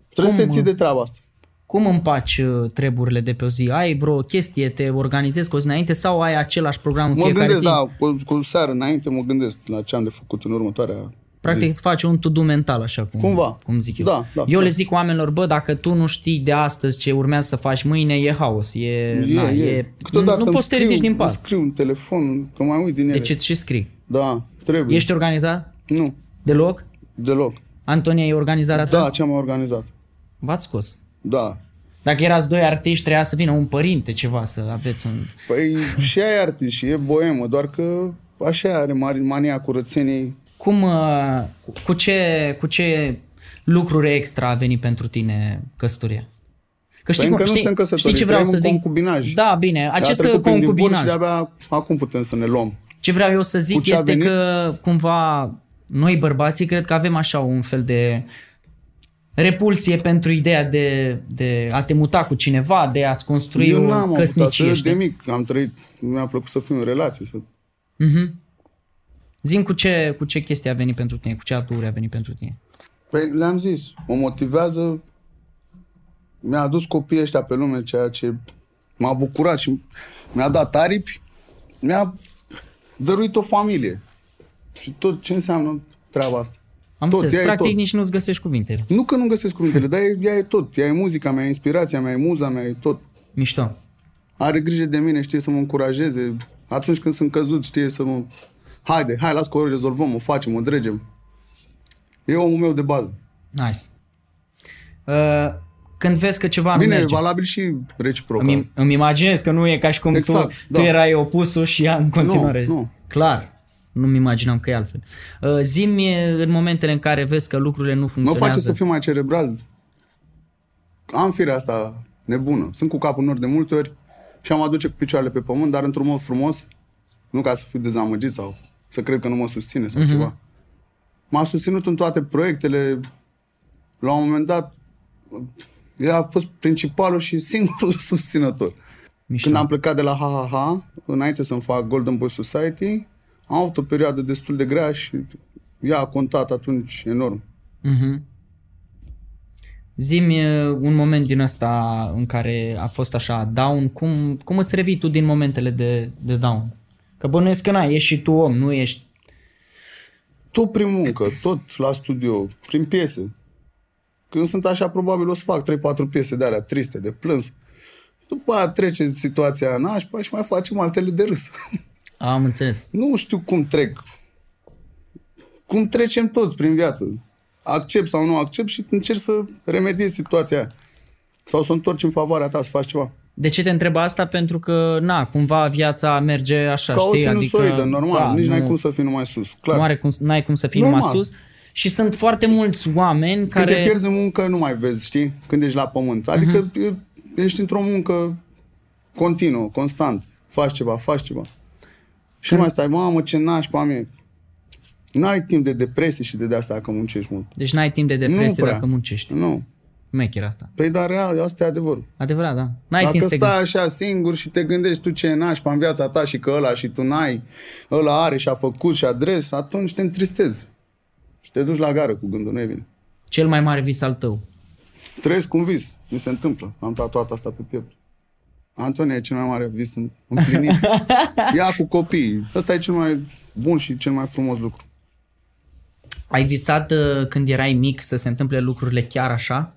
Trebuie să Cum, te ții mă? de treaba asta. Cum împaci uh, treburile de pe o zi? Ai vreo chestie, te organizezi cu o zi înainte sau ai același program în Mă fiecare gândesc, zi? da, cu, cu seară înainte mă gândesc la ce am de făcut în următoarea Practic îți faci un to-do mental, așa cum, Cumva. cum zic eu. Da, da, eu da. le zic oamenilor, bă, dacă tu nu știi de astăzi ce urmează să faci mâine, e haos, e... E, na, e. e nu Câteodată nu îmi poți să te scriu- ridici din îmi pat. scriu în telefon, că mai uit din ele. Deci îți și scrii. Da, trebuie. Ești organizat? Nu, Deloc? deloc. Antonia e organizarea ta? Da, ce am organizat. V-ați scos. Da. Dacă erați doi artiști, trebuia să vină un părinte ceva, să aveți un... Păi și ea e artist și e boemă, doar că așa are mari- mania curățenii. Cum, uh, cu- cu ce, cu ce lucruri extra a venit pentru tine căsătoria? Că Păi încă nu suntem știi căsătoriți, ce vreau să trăim zic? în concubinaj. Da, bine, acest Ea a trecut prin divorț concubinaj. Și de-abia acum putem să ne luăm. Ce vreau eu să Cu zic ce a este venit? că cumva noi bărbații cred că avem așa un fel de repulsie pentru ideea de, de a te muta cu cineva, de a-ți construi Eu o n-am avut asta, căsnicie. eu de știi? mic am trăit, mi-a plăcut să fiu în relație. Să... Zim cu ce, cu ce chestie a venit pentru tine, cu ce aturi a venit pentru tine. Păi le-am zis, mă motivează, mi-a adus copiii ăștia pe lume, ceea ce m-a bucurat și mi-a dat aripi, mi-a dăruit o familie. Și tot ce înseamnă treaba asta. Am tot, înțeles, ea e practic tot. nici nu-ți găsești cuvinte. Nu că nu găsesc cuvintele, dar e- ea e tot. Ea e muzica mea, e inspirația mea, e muza mea, e tot. Mișto. Are grijă de mine, știe să mă încurajeze. Atunci când sunt căzut, știe să mă... Haide, hai, las că o rezolvăm, o facem, o dregem. E omul meu de bază. Nice. Uh, când vezi că ceva nu Bine, e merge, valabil și reciproc. îmi, îmi imaginez că nu e ca și cum Exact, tu, da. tu erai opusul și ea în continuare. nu. Clar. Nu-mi imaginam că e altfel. Uh, Zimi în momentele în care vezi că lucrurile nu Mă funcționează. face să fiu mai cerebral. Am firea asta nebună. Sunt cu capul în nori de multe ori și am aduce cu picioarele pe pământ, dar într-un mod frumos, nu ca să fiu dezamăgit sau să cred că nu mă susține sau mm-hmm. ceva. M-a susținut în toate proiectele. La un moment dat, el a fost principalul și singurul susținător. Mișto. Când am plecat de la HHH, înainte să-mi fac Golden Boy Society, am avut o perioadă destul de grea și ea a contat atunci enorm. Mhm. Zimi un moment din ăsta în care a fost așa down, cum, cum îți revii tu din momentele de, de down? Că bănuiesc că na, ești și tu om, nu ești... Tot prin muncă, tot la studio, prin piese. Când sunt așa, probabil o să fac 3-4 piese de alea triste, de plâns. După aia trece situația în nașpa și mai facem altele de râs. Am înțeles. Nu știu cum trec. Cum trecem toți prin viață. Accept sau nu accept și încerci să remediezi situația aia. Sau să o întorci în favoarea ta, să faci ceva. De ce te întreb asta? Pentru că, na, cumva viața merge așa, Ca o știi? sinusoidă, adică, normal. Da, nici nu, n-ai cum să fii numai sus, clar. nu are cum, n-ai cum să fii Normal. numai sus. Și sunt foarte mulți oameni Când care... te pierzi în muncă, nu mai vezi, știi? Când ești la pământ. Adică e- ești într-o muncă continuă, constant. Faci ceva, faci ceva. Și nu mai stai, mamă, ce nașpa mie. N-ai timp de depresie și de de-astea dacă muncești mult. Deci n-ai timp de depresie prea. dacă muncești. Nu. Mecher asta. Păi dar real, asta e adevărul. Adevărat, da. N-ai Dacă timp să te stai așa singur și te gândești tu ce nașpa în viața ta și că ăla și tu n-ai, ăla are și a făcut și adres, atunci te întristezi. Și te duci la gară cu gândul, nu e bine. gândești. Cel mai mare vis al tău. Trăiesc un vis, mi se întâmplă. Am tatuat asta pe piept. Antonia e cel mai mare vis în- împlinit. Ea cu copiii. Ăsta e cel mai bun și cel mai frumos lucru. Ai visat uh, când erai mic să se întâmple lucrurile chiar așa?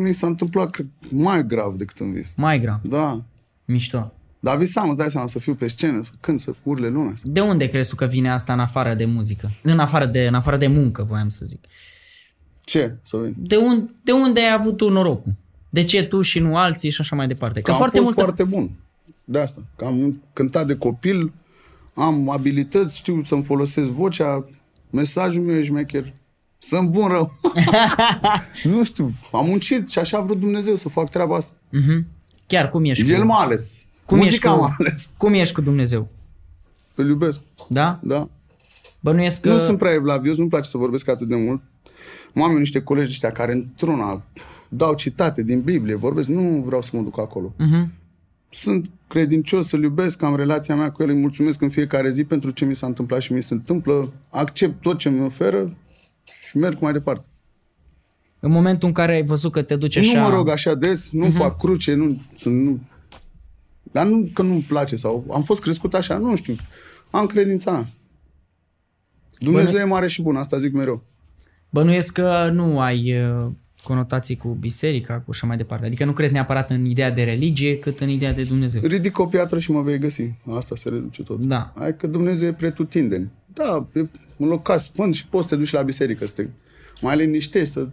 Mi s-a întâmplat cred, mai grav decât în vis. Mai grav. Da. Mișto. Dar visam, îți dai seama, să fiu pe scenă, să cânt, să urle lumea. De unde crezi tu că vine asta în afară de muzică? În afară de, în afară de muncă, voiam să zic. Ce? Să vin. De, un, de unde ai avut tu norocul? De ce tu și nu alții și așa mai departe? Că Că am foarte foarte fost multă... foarte bun. De asta. Că am cântat de copil, am abilități, știu să-mi folosesc vocea, mesajul meu e șmecher. Sunt bun rău. nu știu, am muncit și așa a vrut Dumnezeu să fac treaba asta. Mhm. Chiar cum ești El cu... m-a ales. Cum Muzica ești cu... m-a ales. Cum ești cu Dumnezeu? Îl iubesc, Da? da. Bănuiesc Că... că... Nu sunt prea evlavios, nu-mi place să vorbesc atât de mult. Mai am eu niște colegi ăștia care într-una dau citate din Biblie, vorbesc, nu vreau să mă duc acolo. Mhm. sunt credincios, să-l iubesc, am relația mea cu el, îi mulțumesc în fiecare zi pentru ce mi s-a întâmplat și mi se întâmplă, accept tot ce mi oferă și merg mai departe. În momentul în care ai văzut că te duci Așa. așa... Nu mă rog așa des, nu uh-huh. fac cruce, nu, sunt, nu, dar nu că nu-mi place sau am fost crescut așa, nu știu, am credința mea. Dumnezeu e mare și bun, asta zic mereu. Bănuiesc că nu ai uh, conotații cu biserica, cu așa mai departe. Adică nu crezi neapărat în ideea de religie, cât în ideea de Dumnezeu. Ridic o piatră și mă vei găsi. La Asta se reduce tot. Da. Hai că Dumnezeu e pretutindeni. Da, e un locaș sfânt și poți să te duci la biserică să te mai liniștești. Să...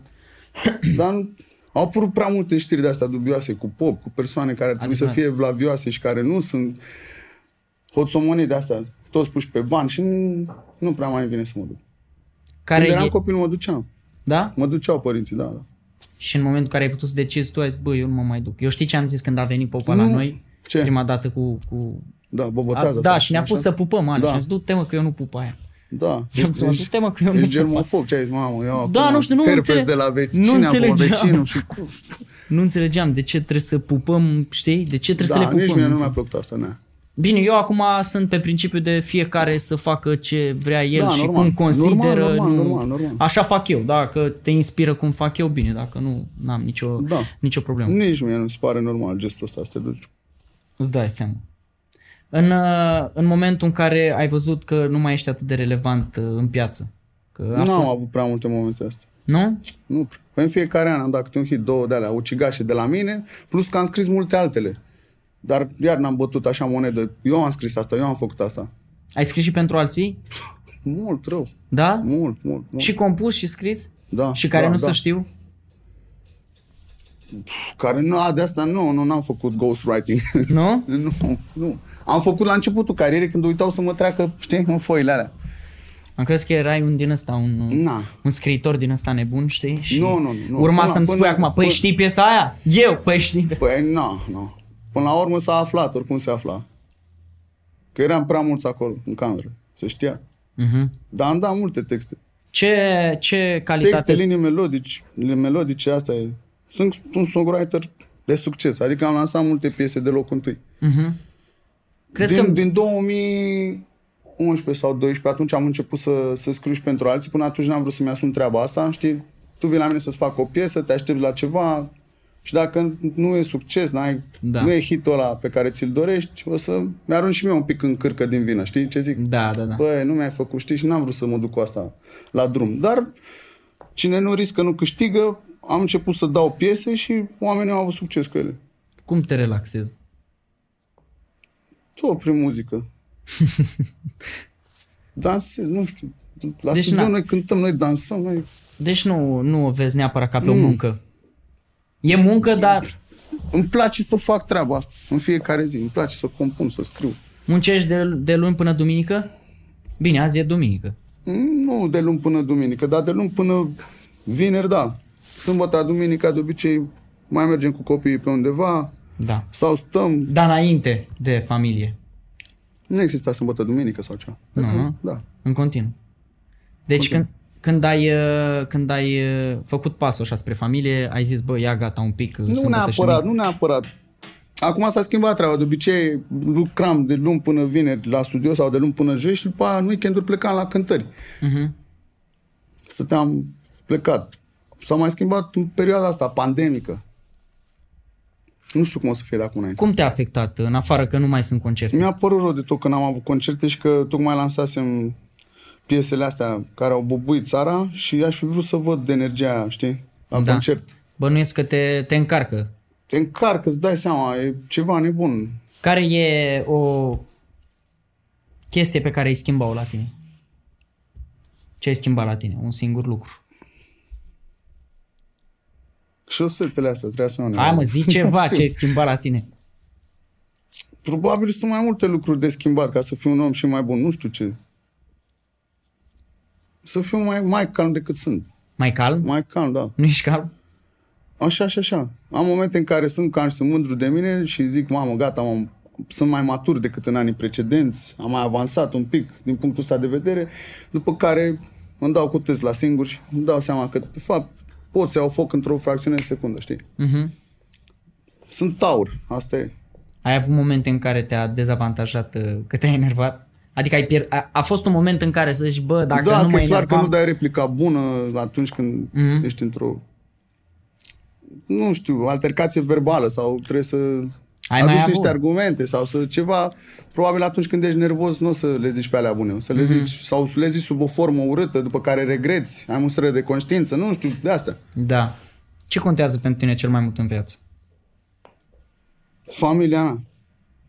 Dar nu... au apărut prea multe știri de-astea dubioase cu pop, cu persoane care ar trebui să Adevărat. fie vlavioase și care nu sunt hoțomonii de-astea, toți puși pe bani și nu, nu prea mai îmi vine să mă duc. Care Când eram e... copil mă duceam. Da? Mă duceau părinții, da, da. Și în momentul în care ai putut să decizi, tu ai zis, băi, eu nu mă mai duc. Eu știi ce am zis când a venit popa la Nu. noi? Ce? Prima dată cu... cu... Da, A, bobotează. da, sau și ne-a așa. pus să pupăm, Ale. Da. Și am zis, du-te mă că eu nu pup aia. Da. Și am zis, mă, Deci- du-te mă că eu nu Ești pup aia. germofob, ce ai zis, mamă, eu Da, acum nu știu, nu herpes înțeleg- de la nu da. vecină, pe înțelegeam. vecinul și cu... Nu înțelegeam de ce trebuie să pupăm, știi? De ce trebuie da, să le nici pupăm. mie nu nu mi-a plăcut asta, ne. Bine, eu acum sunt pe principiu de fiecare să facă ce vrea el Da, și normal. cum consideră. Normal, normal, nu... normal, normal. Așa fac eu, dacă te inspiră cum fac eu, bine, dacă nu, n-am nicio, Da. nicio problemă. Nici mie nu mi se pare normal gestul ăsta să te duci. Îți dai seama. În, uh, în momentul în care ai văzut că nu mai ești atât de relevant uh, în piață. Că a Nu am fost... avut prea multe momente astea. Nu? Nu. prea. Păi în fiecare an am dat câte un hit, două de alea ucigașe de la mine, plus că am scris multe altele. Dar iar n-am bătut așa monedă. Eu am scris asta, eu am făcut asta. Ai scris și pentru alții? Mult rău. Da? Mult, mult, mult. Și compus și scris? Da, și care da, nu da. să știu? Care nu, a, de asta nu, nu, n-am făcut ghostwriting. Nu? Nu, nu. Am făcut la începutul carierei când uitau să mă treacă, știi, în foile alea. Am crezut că erai un din ăsta, un, uh, Na. un scriitor din ăsta nebun, știi? Și Nu, nu, nu. Urma Până- să-mi spui până- acum, păi până- știi piesa aia? Eu, păi știi. Păi, na, na. Până la urmă s-a aflat, oricum se afla. Că eram prea mulți acolo, în cameră, se știa. Uh-huh. Dar am dat multe texte. Ce, ce Texte, calitate? linii melodici, linii melodice, asta e. Sunt un songwriter de succes, adică am lansat multe piese de loc întâi. Uh-huh. Crezi din, că... din 2011 sau 12, atunci am început să, să scriu și pentru alții, până atunci n-am vrut să-mi asum treaba asta, știi? Tu vii la mine să-ți fac o piesă, te aștepți la ceva și dacă nu e succes, n-ai, Da. da. nu e hitul ăla pe care ți-l dorești, o să mi-arunc și mie un pic în cârcă din vină, știi ce zic? Da, da, da. Băi, nu mi-ai făcut, știi, și n-am vrut să mă duc cu asta la drum. Dar cine nu riscă, nu câștigă, am început să dau piese și oamenii au avut succes cu ele. Cum te relaxezi? Tot prin muzică. Dansez, nu știu. La Deci deci studio na. noi cântăm, noi dansăm, noi... Deci nu, nu o vezi neapărat ca pe Mm. o muncă. E muncă, dar Îmi place să fac treaba asta în fiecare zi. Îmi place să compun, să scriu. muncești de, de luni până duminică? Bine, azi e duminică. Nu de luni până duminică, dar de luni până vineri, da. Sâmbătă, duminica, de obicei, mai mergem cu copiii pe undeva Da. sau stăm. Dar înainte de familie, Nu exista sâmbătă, duminică sau ceva. Nu, nu. Da. în continuu. Deci când, Când ai, uh, când ai uh, făcut pasul așa spre familie, ai zis, bă, ia gata un pic, Nu neapărat, nu neapărat. Acum s-a schimbat treaba, de obicei lucram de luni până vineri la studio sau de luni până joi și după aia în weekend plecam la cântări. Uh-huh. Stăteam plecat. S-a mai schimbat în perioada asta, pandemică. Nu știu cum o să fie de acum înainte. Cum te-a afectat, în afară că nu mai sunt concerte? Mi-a părut rău de tot că n-am avut concerte și că tocmai lansasem piesele astea care au bubuit țara și aș fi vrut să văd de energia aia, știi, la da. concert. Bănuiesc că te, te încarcă. Te încarcă, îți dai seama, e ceva nebun. Care e o chestie pe care ai schimba-o la tine? Ce ai schimbat la tine? Un singur lucru. Și o să pe astea, trebuie să mă Hai mă, zi ceva Știu. ce ai schimbat la tine. Probabil sunt mai multe lucruri de schimbat ca să fiu un om și mai bun, nu știu ce. Să fiu mai, mai calm decât sunt. Mai calm? Mai calm, da. Nu ești calm? Așa și așa. Am momente în care sunt calm și sunt mândru de mine și zic, mamă, gata, m sunt mai matur decât în anii precedenți, am mai avansat un pic din punctul ăsta de vedere, după care îmi dau cu tâți la singur și îmi dau seama că, de fapt, pot să iau foc într-o fracțiune de secundă, știi? Mhm. Sunt taur, asta e. Ai avut momente în care te-a dezavantajat, uh, că te-ai enervat? Adică ai pierd... a, a fost un moment în care să zici, bă, dacă da, nu că mă e clar că enervam... Mhm. nu dai replica bună atunci când mm-hmm. ești într-o, nu știu, altercație verbală sau trebuie să mai Ai aduci avut? niște argumente sau să ceva. Probabil atunci când ești nervos nu o să le zici pe alea bune, o să Mhm. le zici sau să le zici sub o formă urâtă, după care regreți, ai mustră de conștiință, nu știu, de asta. Da. Ce contează pentru tine cel mai mult în viață? Familia mea,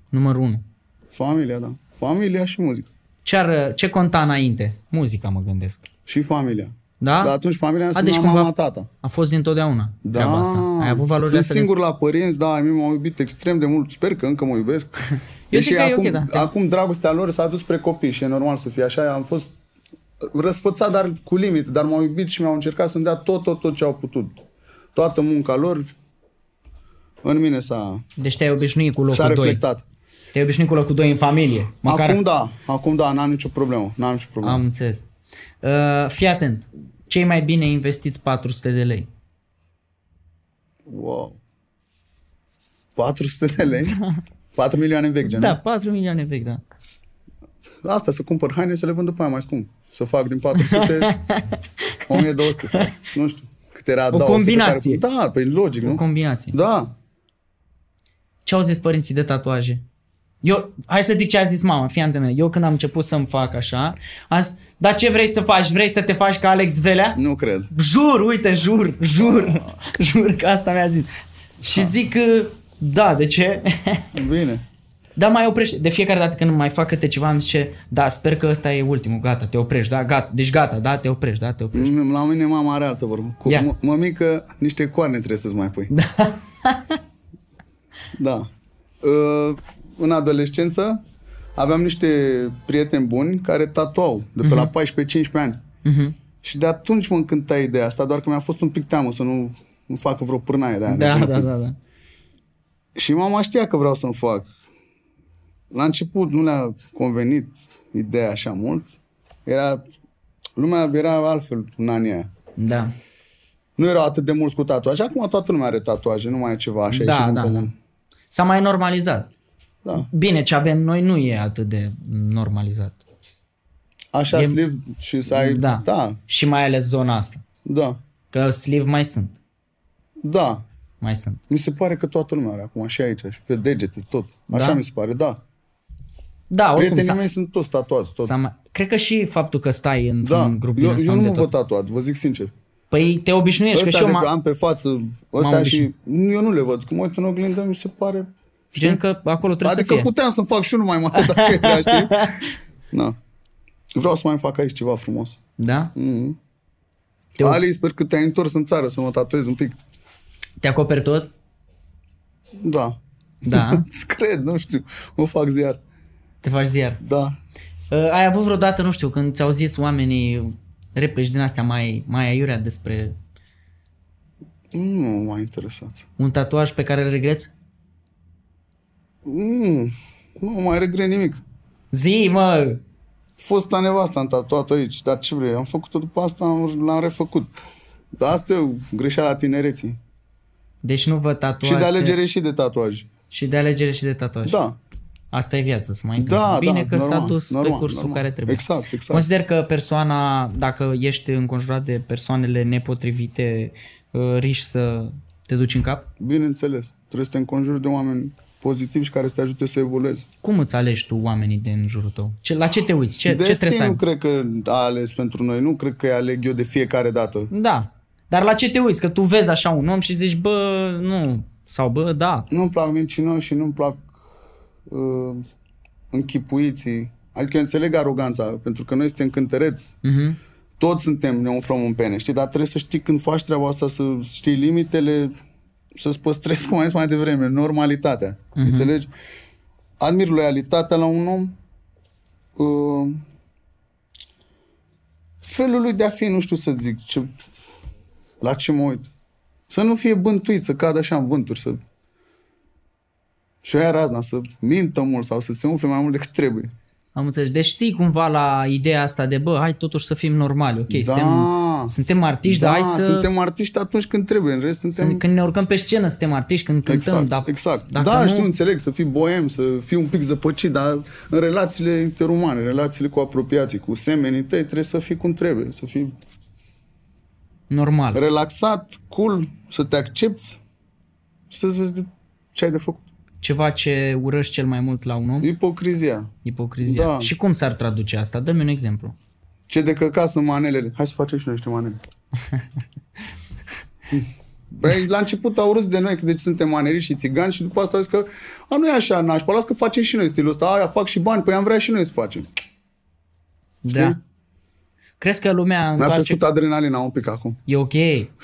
Numărul 1. familia, da. Familia și muzică. Ce, ar, uh, ce conta înainte? Muzica, mă gândesc. Și familia. Da? Dar atunci familia A, înseamnă deci deci mama, cumva- tata. A fost dintotdeauna Da, treaba asta. Ai avut valorile Sunt astea de- singur la părinți, da, ai mei m-au iubit extrem de mult, sper că încă mă iubesc. Eu zic că e acum, ok, da. acum dragostea lor s-a dus spre copii și e normal să fie așa. Am fost răsfățat, dar cu limite, dar m-au iubit și mi-au încercat să-mi dea tot, tot, tot ce au putut. Toată munca lor în mine s-a, Deci te-ai obișnuit cu s-a locul 2. reflectat. Te-ai obișnuit cu locul 2 în familie. Măcar Acum da, acum da, n-am nicio problemă, n-am nicio problemă. Am înțeles. Uh, fii atent. Cei mai bine investiți 400 de lei. Wow. 400 de lei? 4 milioane în vechi, gen, Da, 4 milioane vechi, da. Asta, să cumpăr haine, să le vând după aia mai scump. Să fac din 400, 1200 sau nu știu. Cât era da, 100 pe combinație. Care... Da, păi logic, nu? Combinație. Da. Ce au zis părinții de tatuaje? Eu, hai să zic ce a zis mama, fii atent. Eu când am început să-mi fac așa, am zis, dar ce vrei să faci? Vrei să te faci ca Alex Velea? Nu cred. Jur, uite, jur, jur, jur că asta mi-a zis. Și zic, uh, da, de ce? Bine. Dar mai oprește. De fiecare dată când îmi mai fac câte ceva, îmi zice, da, sper că ăsta e ultimul, gata, te oprești, da, gata, deci gata, da, te oprești, da, te oprești. Deci, La mine mama are altă vorbă. Cu Ia. yeah. mămică, niște coarne trebuie să-ți mai pui. Da. da. Uh, În adolescență aveam niște prieteni buni care tatuau de pe mm-hmm. la 14-15 ani. Mhm. Și de atunci mă încânta ideea asta, doar că mi-a fost un pic teamă să nu, nu facă vreo pârnaie de aia. Da, da, da, da. Și mama știa că vreau să-mi fac. La început nu le-a convenit ideea așa mult. Era, lumea era altfel în anii aia. Da. Nu erau atât de mulți cu tatuaje. Acum toată lumea are tatuaje, nu mai e ceva așa Da, ieșit din da, comun. S-a mai normalizat. Da. Bine, ce avem noi nu e atât de normalizat. Așa E- sliv și să ai... Da. Da, Și mai ales zona asta. da, Că sleeve mai sunt. da. Mai sunt. Mi se pare că toată lumea are acum și aici, și pe degete, tot. Așa Da? mi se pare, da. Da, oricum Prietenii s-a, mei sunt toți tatuați, tot. s-a mai... Cred că și faptul că stai într-un Da, grup din eu, ăsta eu nu unde mă tot... văd tatuat, vă zic sincer. Păi te obișnuiești, că Ăsta și eu de pe, m-am... am pe față, ăsta și... obișnuit. Eu nu le văd. Cum mă uit în oglindă, mi se pare... Gen că acolo trebuie să adică fie. puteam să-mi fac și unul mai mare, dacă era, știi? Na. Vreau să mai fac aici ceva frumos. Da? Mm. Te Ali, sper că te-ai întors în țară să mă tatuezi un pic. Te acoperi tot? Da. Da. Îți cred, nu știu. O fac ziar. Te faci ziar. Da. Uh, ai avut vreodată, nu știu, când ți-au zis oamenii replici din astea mai, mai aiurea despre Nu m-a interesat. un tatuaj pe care îl regreți? Mm, nu mai regret nimic. Zi, mă! fosta nevasta am tatuat aici, dar ce vrei, am făcut-o după asta, am- l-am refăcut. Dar asta e greșeala tinereții. Deci nu vă tatuați Și de alegere și de tatuaj. și de, alegere și de tatuaj. Da, Asta e viața, să mai da, întâmplă. Bine da, că normal, s-a dus normal, pe cursul normal. care trebuie. Exact, exact. Consider că persoana, dacă ești înconjurat de persoanele nepotrivite, uh, riști să te duci în cap? Bineînțeles, trebuie să te înconjuri de oameni pozitivi și care să te ajute să evoluezi. Cum îți alegi tu oamenii din jurul tău? Ce, la ce te uiți? Ce, ce trebuie să Destinul ai? cred că a ales pentru noi, nu cred că îi aleg eu de fiecare dată. Da. Dar la ce te uiți? Că tu vezi așa un om și zici, bă, nu. Sau bă, da. Nu-mi plac mincinoși și nu-mi plac uh, închipuiții. Adică eu înțeleg aroganța, pentru că noi suntem cântăreți. Mhm. Toți suntem, ne umflăm în pene, știi? Dar trebuie să știi când faci treaba asta, să știi limitele, să-ți păstrezi, cum ai zis mai devreme, normalitatea. Înțelegi? Admir loialitatea la un om, uh, felul lui de a fi, nu știu să zic, ce, la ce mă uit. Să nu fie bântuit, să cadă așa în vânturi, să... Și aia razna, să mintă mult sau să se umfle mai mult decât trebuie. Am înțeles. Deci ții cumva la ideea asta de, bă, hai totuși să fim normali, ok? Suntem, suntem artiști, da, dar hai să... suntem artiști atunci când trebuie, în rest să- suntem... Când ne urcăm pe scenă, suntem artiști, când cântăm, Exact, dar exact. dacă Da, nu- știu, înțeleg, să fii boem, să fii un pic zăpăcit, dar în relațiile interumane, în relațiile cu apropiații, cu semenii tăi, trebuie să fii cum trebuie, să fii normal. relaxat, cool, să te accepti și să-ți vezi de ce ai de făcut. ceva ce urăști cel mai mult la un om? Ipocrizia. Ipocrizia. Da. Și cum s-ar traduce asta? Dă-mi un exemplu. Ce de căcat sunt manelele. Hai să facem și noi niște manele. Băi, la început au râs de noi că de ce suntem maneri și țigani și după asta au zis că a, nu e așa nașpa, las că facem și noi stilul ăsta, aia fac și bani, păi am vrea și noi să facem. Da. Crezi că lumea Mi-a întoarce... crescut adrenalina un pic acum. E ok.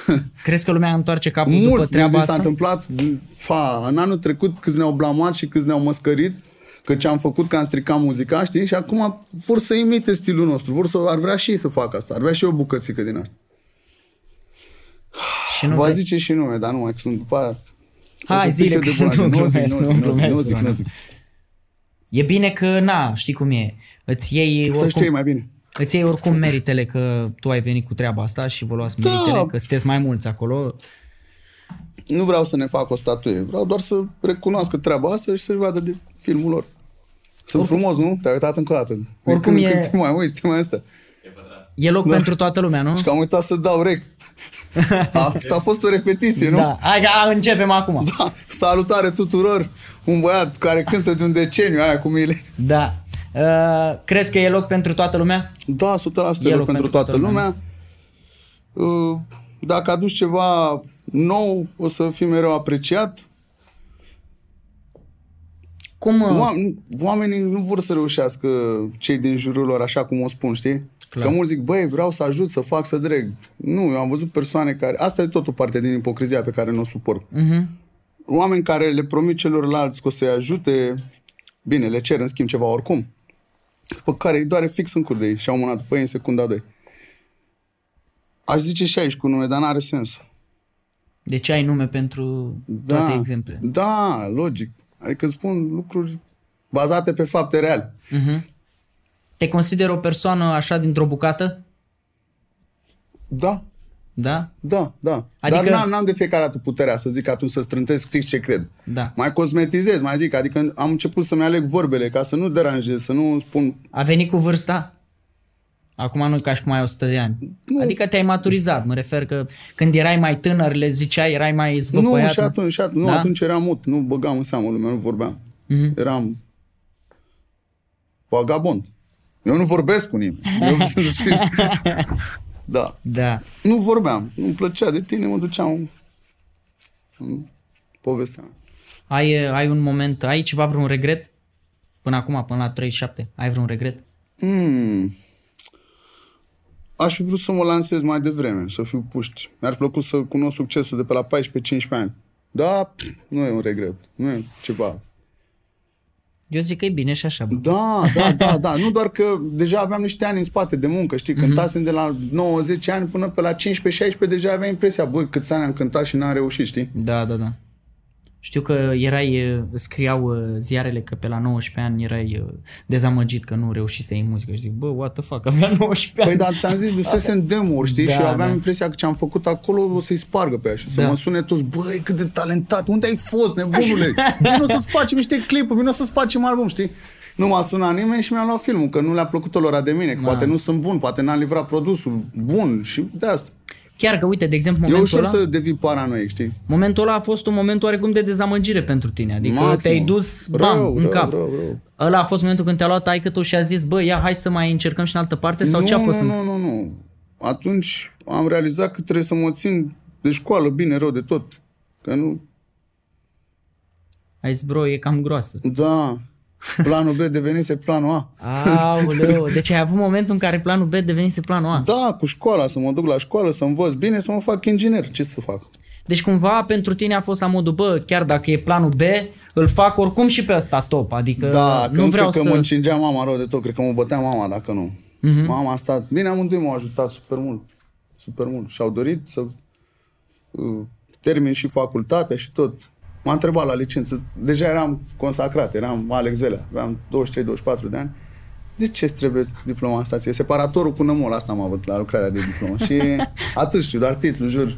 Crezi că lumea întoarce capul după Mult din treaba ce s-a asta? întâmplat, fa, în anul trecut câți ne-au blamat și câți ne-au măscărit, că ce am făcut, că am stricat muzica, știi? Și acum vor să imite stilul nostru, vor să, ar vrea și ei să facă asta, ar vrea și eu o bucățică din asta. Și nu Vă vrei... zice și nume, dar numai că sunt după aia. Hai, O să zile, pic eu că de bună, nu nu zic, glumesc, nu zic, nu nu zic, nu glumesc, zic, nu nu. zic. E bine că, na, știi cum e. Îți iei, Să oricum, știi mai bine. îți iei oricum meritele că tu ai venit cu treaba asta și vă luați Da. meritele, că sunteți mai mulți acolo. Nu vreau să ne fac o statuie, vreau doar să recunoască treaba asta și să-și vadă de filmul lor. Sunt frumos, nu? Te-ai uitat încă o dată. De Oricum când, e- când te mai uiți, te mai asta. E Da. loc pentru toată lumea, nu? Și că am uitat să dau rec. Asta a fost o repetiție, nu? Da. Hai, a, începem acum. Da, salutare tuturor! Un băiat care cântă de un deceniu aia cu mile. Da. Uh, crezi că e loc pentru toată lumea? Da, 100% e E loc loc pentru toată lumea. Uh, Dacă aduci ceva nou, o să fii mereu apreciat. Cum... uh, Oam- Oamenii nu vor să reușească cei din jurul lor, așa cum o spun, știi? Clar. Clar. Că mulți zic, băi, vreau să ajut, să fac, să dreg. Nu, eu am văzut persoane care... Asta e tot o parte din ipocrizia pe care nu o suport. Mhm. Oameni care le promit celorlalți că o să-i ajute, bine, le cer în schimb ceva oricum, după care îi doare fix în cur de ei și au mâna după ei în secunda 2. Aș zice și aici cu nume, dar n-are sens. Deci ai nume pentru Da, toate exemple. Da, logic. Adică spun lucruri bazate pe fapte reale. Uh-huh. Te consider o persoană așa dintr-o bucată? Da, Da? da, da. Adică... Adică- Dar n-am, n-am de fiecare dată puterea să zic atunci să strântesc fix ce cred. Da. Mai cosmetizez, mai zic, adică am început să-mi aleg vorbele ca să nu deranjez, să nu spun A venit cu vârsta? Acum nu ca și cum ai 100 de ani. Adică te-ai maturizat. Mă refer că când erai mai tânăr le ziceai, erai mai Nu, zvăpăiat. și atunci, și atunci, nu, Da? Mhm. atunci eram mut, nu băgam în seamă lumea, nu vorbeam. Mm-hmm. Eram vagabond. Eu nu vorbesc cu nimeni. Eu, știți? da. Da. Nu vorbeam. Nu-mi plăcea de tine, mă duceam în, în povestea mea. Ai, uh, ai un moment, ai ceva, vreun regret? Până acum, până la 37, ai vreun regret? Mm. Aș fi vrut să mă lansez mai devreme, să fiu puști. Mi-ar plăcut să cunosc succesul de pe la 14-15 ani. Da, pf, nu e un regret. Nu e ceva Eu zic că e bine și așa. bă. Da, da, da, da. Nu doar că deja aveam niște ani în spate de muncă, știi, cântasem de la 9-10 ani până pe la 15-16, deja aveam impresia, băi, câți ani am cântat și n-am reușit, știi? Da, da, da. Știu că erai, uh, scriau uh, ziarele că pe la 19 ani erai uh, dezamăgit că nu reușisei în muzică și zic, bă, what the fuck, aveam 19 ani. Păi da, ți-am zis, dusesem demo-uri, știi? Da, Da, și eu aveam da. da. impresia că ce am făcut acolo o să-i spargă pe ea și să Da. da. mă sune toți, băi, cât de talentat, unde ai fost, nebunule? Vino să-ți facem niște clipuri, vino să-ți facem album, știi? Nu m-a sunat nimeni și mi-a luat filmul, că nu le-a plăcut lor de mine, că Da. poate nu sunt bun, poate n-am livrat produsul bun și de asta. Chiar că, uite, de exemplu, Păi- E momentul ușor ăla, să devii paranoic, știi? momentul ăla a fost un moment oarecum de dezamăgire pentru tine. Adică Maximum. te-ai dus, bam, Rău, în rău, cap. rău, rău. Ăla a fost momentul când te-a luat taică tu și a zis, bă, ia, hai să mai încercăm și în altă parte? Sau ce a fost? Nu, nu, nu, nu. Atunci am realizat că trebuie să mă țin de școală, bine, rău, de tot. Că nu, Ai zis, bro, e cam groasă. da, planul B devenise planul A. Aoleu, deci ai avut momentul în care planul B devenise planul A. Da, cu școala, să mă duc la școală, să învăț bine, să mă fac inginer. Ce să fac? Deci cumva pentru tine a fost la modul, bă, chiar dacă e planul B, îl fac oricum și pe ăsta top. Adică Da, că nu nu cred că vreau să... Mhm. mă încingea mama rău de tot, cred că mă bătea mama dacă nu. Mama a stat, bine, amândoi m-au ajutat super mult, super mult și au dorit să uh, termin și facultatea și tot. M-a întrebat la licență, deja eram consacrat, eram Alex Velea, aveam 23-24 de ani. De ce îți trebuie diploma asta ție? Separatorul cu nămol, asta am avut la lucrarea de diplomă și atât știu, doar titlul, jur.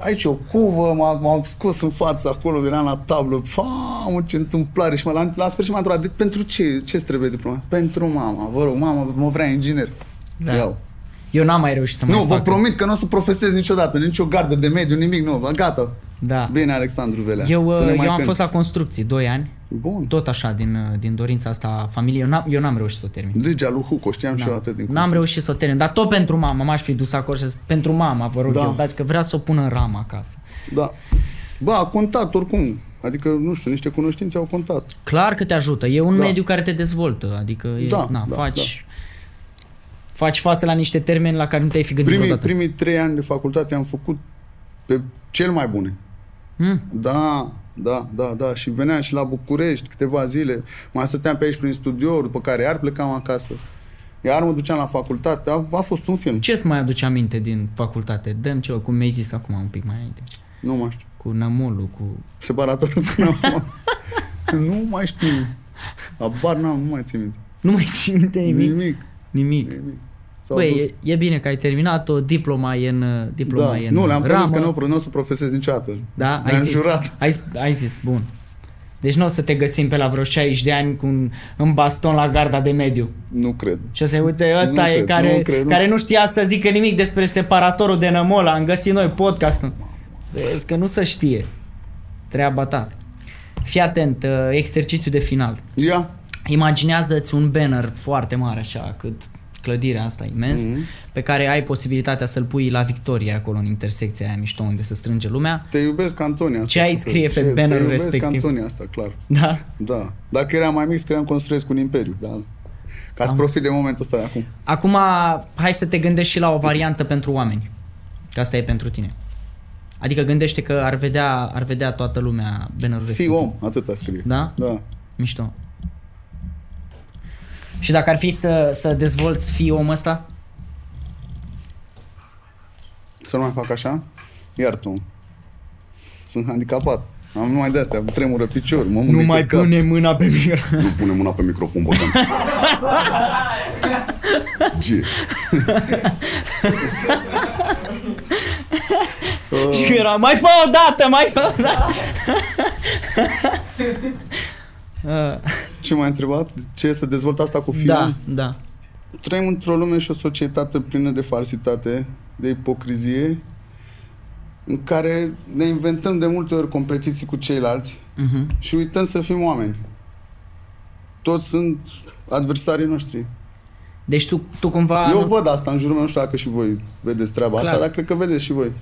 Aici o cuvă, m-a- m-am scos în față acolo, eram la tablă, famă, ce întâmplare și mă, la, la sfârșit m-a întrebat, "De- pentru ce, ce trebuie diploma? Pentru mama, vă rog, mama, mă vrea inginer. Da. Da. Iau. Eu n-am mai reușit să Nu, mai vă fac. promit că nu o să profesez niciodată, nicio gardă de mediu, nimic, nu, gata. Da. Bine, Alexandru Velea. Eu, să ne uh, mai eu am cânti. fost la construcții 2 ani, Bun. tot așa, din, uh, din dorința asta a familiei. Eu n-am, eu n-am reușit să o termin. Legea lui Huco, știam și eu atât din Da. N-am reușit să o termin, dar tot pentru mama, m-aș fi dus acolo și să- pentru mama, vă rog da. Da. eu, dați că vrea să o pună în ramă acasă. Da. Bă, a contat oricum. Adică, nu știu, niște cunoștințe au contat. Clar că te ajută, e un da. Da. mediu care te dezvoltă, adică e, Da, na, da, faci, da. faci față la niște termeni la care nu te-ai fi gândit Primii, vreodată. primii trei ani de facultate am făcut pe cel mai bune. Mm. Da, da, da, da. Și veneam și la București câteva zile. Mai stăteam pe aici prin studio, după care iar plecam acasă. Iar mă duceam la facultate. A, a fost un film. Ce-ți mai aduce aminte din facultate? Dăm ceva, cum mi-ai zis acum un pic mai înainte. Nu mai știu. Cu nămolul, cu... Separatorul până acum. nu mai știu. Abar n-am, nu mai țin minte. Nu mai țin minte nimic. Nimic. Nimic. nimic. S-au dus. Băi, e, e bine că ai terminat-o, diploma e în... uh, Diploma da. e în Nu, le-am promis ramă. că nu, o- nu o să profesez niciodată. Da? Mi-am jurat. Ai, zis- ai zis, bun. Deci nu o să te găsim pe la vreo 60 de ani cu un, un baston la garda de mediu. Nu cred. Și o să uite, ăsta Nu e cred, care, nu cred, nu. care nu știa să zică nimic despre separatorul de nămola. Am găsit noi podcastul. Vezi că nu se știe. Treaba ta. Fii atent, uh, exercițiu de final. Ia. Imaginează-ți un banner foarte mare așa, cât clădirea asta imens, Mhm. mm-hmm. pe care ai posibilitatea să-l pui la Victoria acolo în intersecția aia mișto unde se strânge lumea. Te iubesc, Antonia. Asta Ce ai scrie scrie pe Ce- bannerul Te iubesc, respectiv? Antonia, asta, clar. Da? Da. Dacă eram mai mic, cream construiesc un imperiu. Da. Ca să profit de momentul ăsta de acum. Acum, hai să te gândești și la o variantă pentru oameni. Că asta e pentru tine. Adică gândește că ar vedea, ar vedea toată lumea bannerul Fii respectiv. om, atâta scrie. Da? Da. Mișto. Și dacă ar fi să, să dezvolți fii om ăsta? Să nu mai fac așa? Iar tu. Sunt handicapat. Am numai de astea, îmi tremură picior, mă mânică cap. mâna pe mine. Nu pune mâna pe microfon, băgan. G. Oh. Și eu eram, mai fă o dată, mai fă o dată. Uh, Ce m-ai întrebat? De Ce să dezvolt asta cu fiul? da, da. Trăim într-o lume și o societate plină de falsitate, de ipocrizie, în care ne inventăm de multe ori competiții cu ceilalți Uh-huh. și uităm să fim oameni. Toți sunt adversarii noștri. Deci tu, tu cumva Eu nu, văd asta în jurul meu, nu știu dacă și voi vedeți treaba Clar. asta, dar cred că vedeți și voi.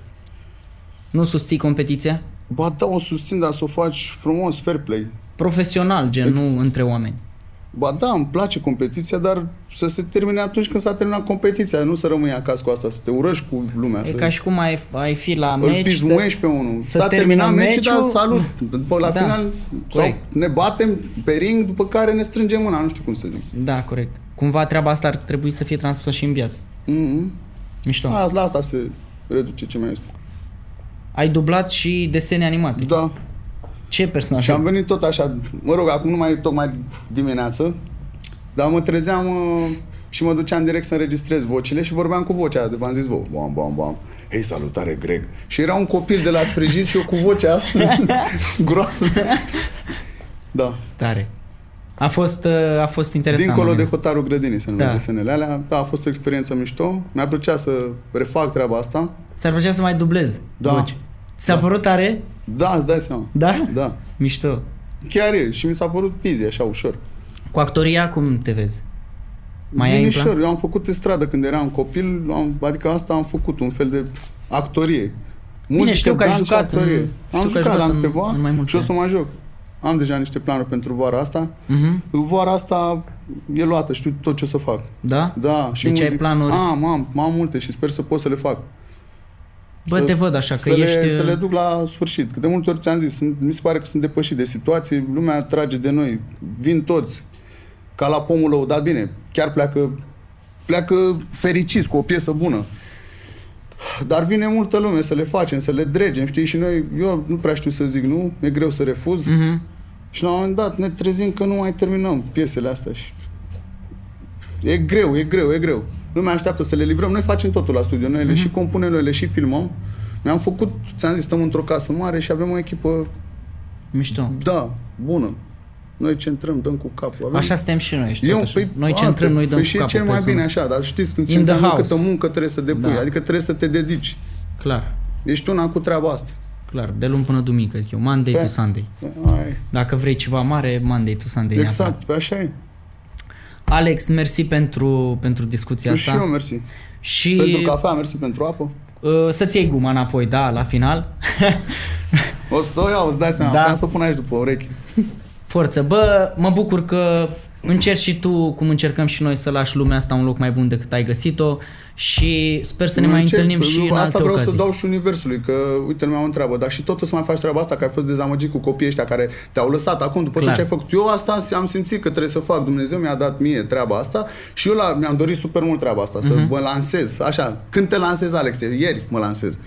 nu susții competiția? Ba da, o susțin, dar să o faci frumos, fair play. Profesional, gen, Ex- nu între oameni. Ba da, îmi place competiția, dar să se termine atunci când s-a terminat competiția, nu să rămâi acasă cu asta, să te urăști cu lumea. E să... ca și cum ai, ai fi la Îl meci să, pismuiești pe unul. să S-a terminat termină meciul, meciul- dar salut. După, la Da. final sau Corect. ne batem pe ring, după care ne strângem mâna, nu știu cum să zic. Da, corect. Cumva treaba asta ar trebui să fie transpusă și în viață. Mm-hmm. Mișto. A, la asta se reduce ce mai este. Ai dublat și desene animate. Da. Ce personaj? Și am venit tot așa, mă rog, acum nu mai e tocmai dimineață, dar mă trezeam uh, și mă duceam direct să înregistrez vocile și vorbeam cu vocea aia. V-am zis, bă, bam, bam, bam, hei, salutare, Greg. Și era un copil de la sfrijit și eu cu vocea asta groasă. Da. Tare. A fost, uh, a fost interesant. Dincolo de momentul. hotarul grădinii se numește Da. da. SNL alea. Da, a fost o experiență mișto. Mi-a plăcea să refac treaba asta. S-ar plăcea să mai dublez Da. voci. Ți-a părut tare? Da, îți dai seama. Da? Da. Mișto. Chiar e. Și mi s-a părut easy, așa, ușor. Cu actoria cum te vezi? Mai ai în plan? Binișor, eu am făcut estradă când eram copil, am, adică asta am făcut, un fel de actorie. Muzică, știu că ai dans și jucat în- actorie. știu că am ai jucat, jucat am în- câteva în mai multe. și o să mai joc. Am deja niște planuri pentru vara asta. Mhm. Vara asta e luată, știu tot ce o să fac. Da? Da, și Deci ai muzic- planuri? Am, am, am multe și sper să pot să le fac. Bă, Să- te văd așa, că Să, ești... uh, le, să le duc la sfârșit. Că De multe ori ți-am zis, sunt, mi se pare că sunt depășit de situații, lumea trage de noi, vin toți, ca la pomul lău, dar bine, chiar pleacă, pleacă fericiți, cu o piesă bună. Dar vine multă lume să le facem, să le dregem, știi, și noi, eu nu prea știu să zic nu, e greu să refuz. Mhm. Și la un moment dat ne trezim că nu mai terminăm piesele astea și... E greu, e greu, e greu. Lumea așteaptă să le livrăm. Noi facem totul la studio. Noi le Mhm. și compunem, noi le și filmăm. Mi-am făcut, ți-am zis, stăm într-o casă mare și avem o echipă, Mișto. da, bună. Noi centrăm, dăm cu capul. Avem... Așa suntem și noi, știi? Eu, tot așa. păi, noi asta, centrăm, noi dăm păi cu și e capul cel pe mai zonă. bine așa, dar știți In ce the înseamnă house. câtă muncă trebuie să depui, Da. adică trebuie să te dedici. Clar, Ești una cu treaba asta. clar. De luni până duminică, zic eu. Monday Da. to Sunday. Ai. Dacă vrei ceva mare, Monday to Sunday. neapărat. Exact, pe așa e. Alex, mersi pentru, pentru discuția Și asta. eu, mersi. Păi- Și Pentru cafea, mersi pentru apă. uh, să-ți iei guma înapoi, da, la final. O să o iau, îți dai seama, Da. da. puteam să o pun aici după urechi. Forță, bă, mă bucur că încerci și tu cum încercăm și noi să lași lumea asta un loc mai bun decât ai găsit-o și sper să ne mai Încerc, întâlnim și eu în Asta alte vreau ocazii. să dau și universului, că uite, lumea mă întreabă, dar și tot o să mai faci treaba asta, că ai fost dezamăgit cu copiii ăștia care te-au lăsat acum, după Clar. tot ce ai făcut. Eu asta am simțit că trebuie să fac, Dumnezeu mi-a dat mie treaba asta și eu la, mi-am dorit super mult treaba asta, Mhm. să mă lansez, așa, când te lansez, Alex, ieri mă lansez.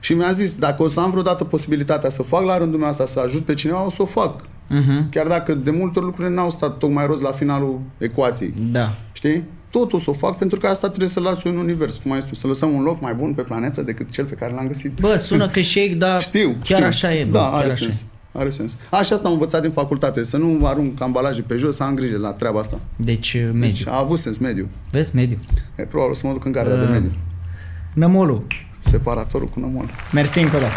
Și mi-a zis, dacă o să am vreodată posibilitatea să fac la rândul meu asta, să ajut pe cineva, o să o fac. Mhm. Chiar dacă de multe ori lucrurile n-au stat tocmai roz la finalul ecuației. Da. Știi? Tot o să o fac pentru că asta trebuie să las eu în univers, cum ai zis tu, să lăsăm un loc mai bun pe planetă decât cel pe care l-am găsit. Bă, sună clișeic, dar știu, chiar știu. așa e. Bă, Da, chiar are așa sens. e. Are sens. Așa asta am învățat din facultate, să nu arunc ambalaje pe jos, să am grijă la treaba asta. Deci, uh, mediu. Și a avut sens mediu. Vezi, mediu. E, probabil o să mă duc în garda Da. de mediu. Nămolu, Separatorul cu nămol. mersi încă o dată.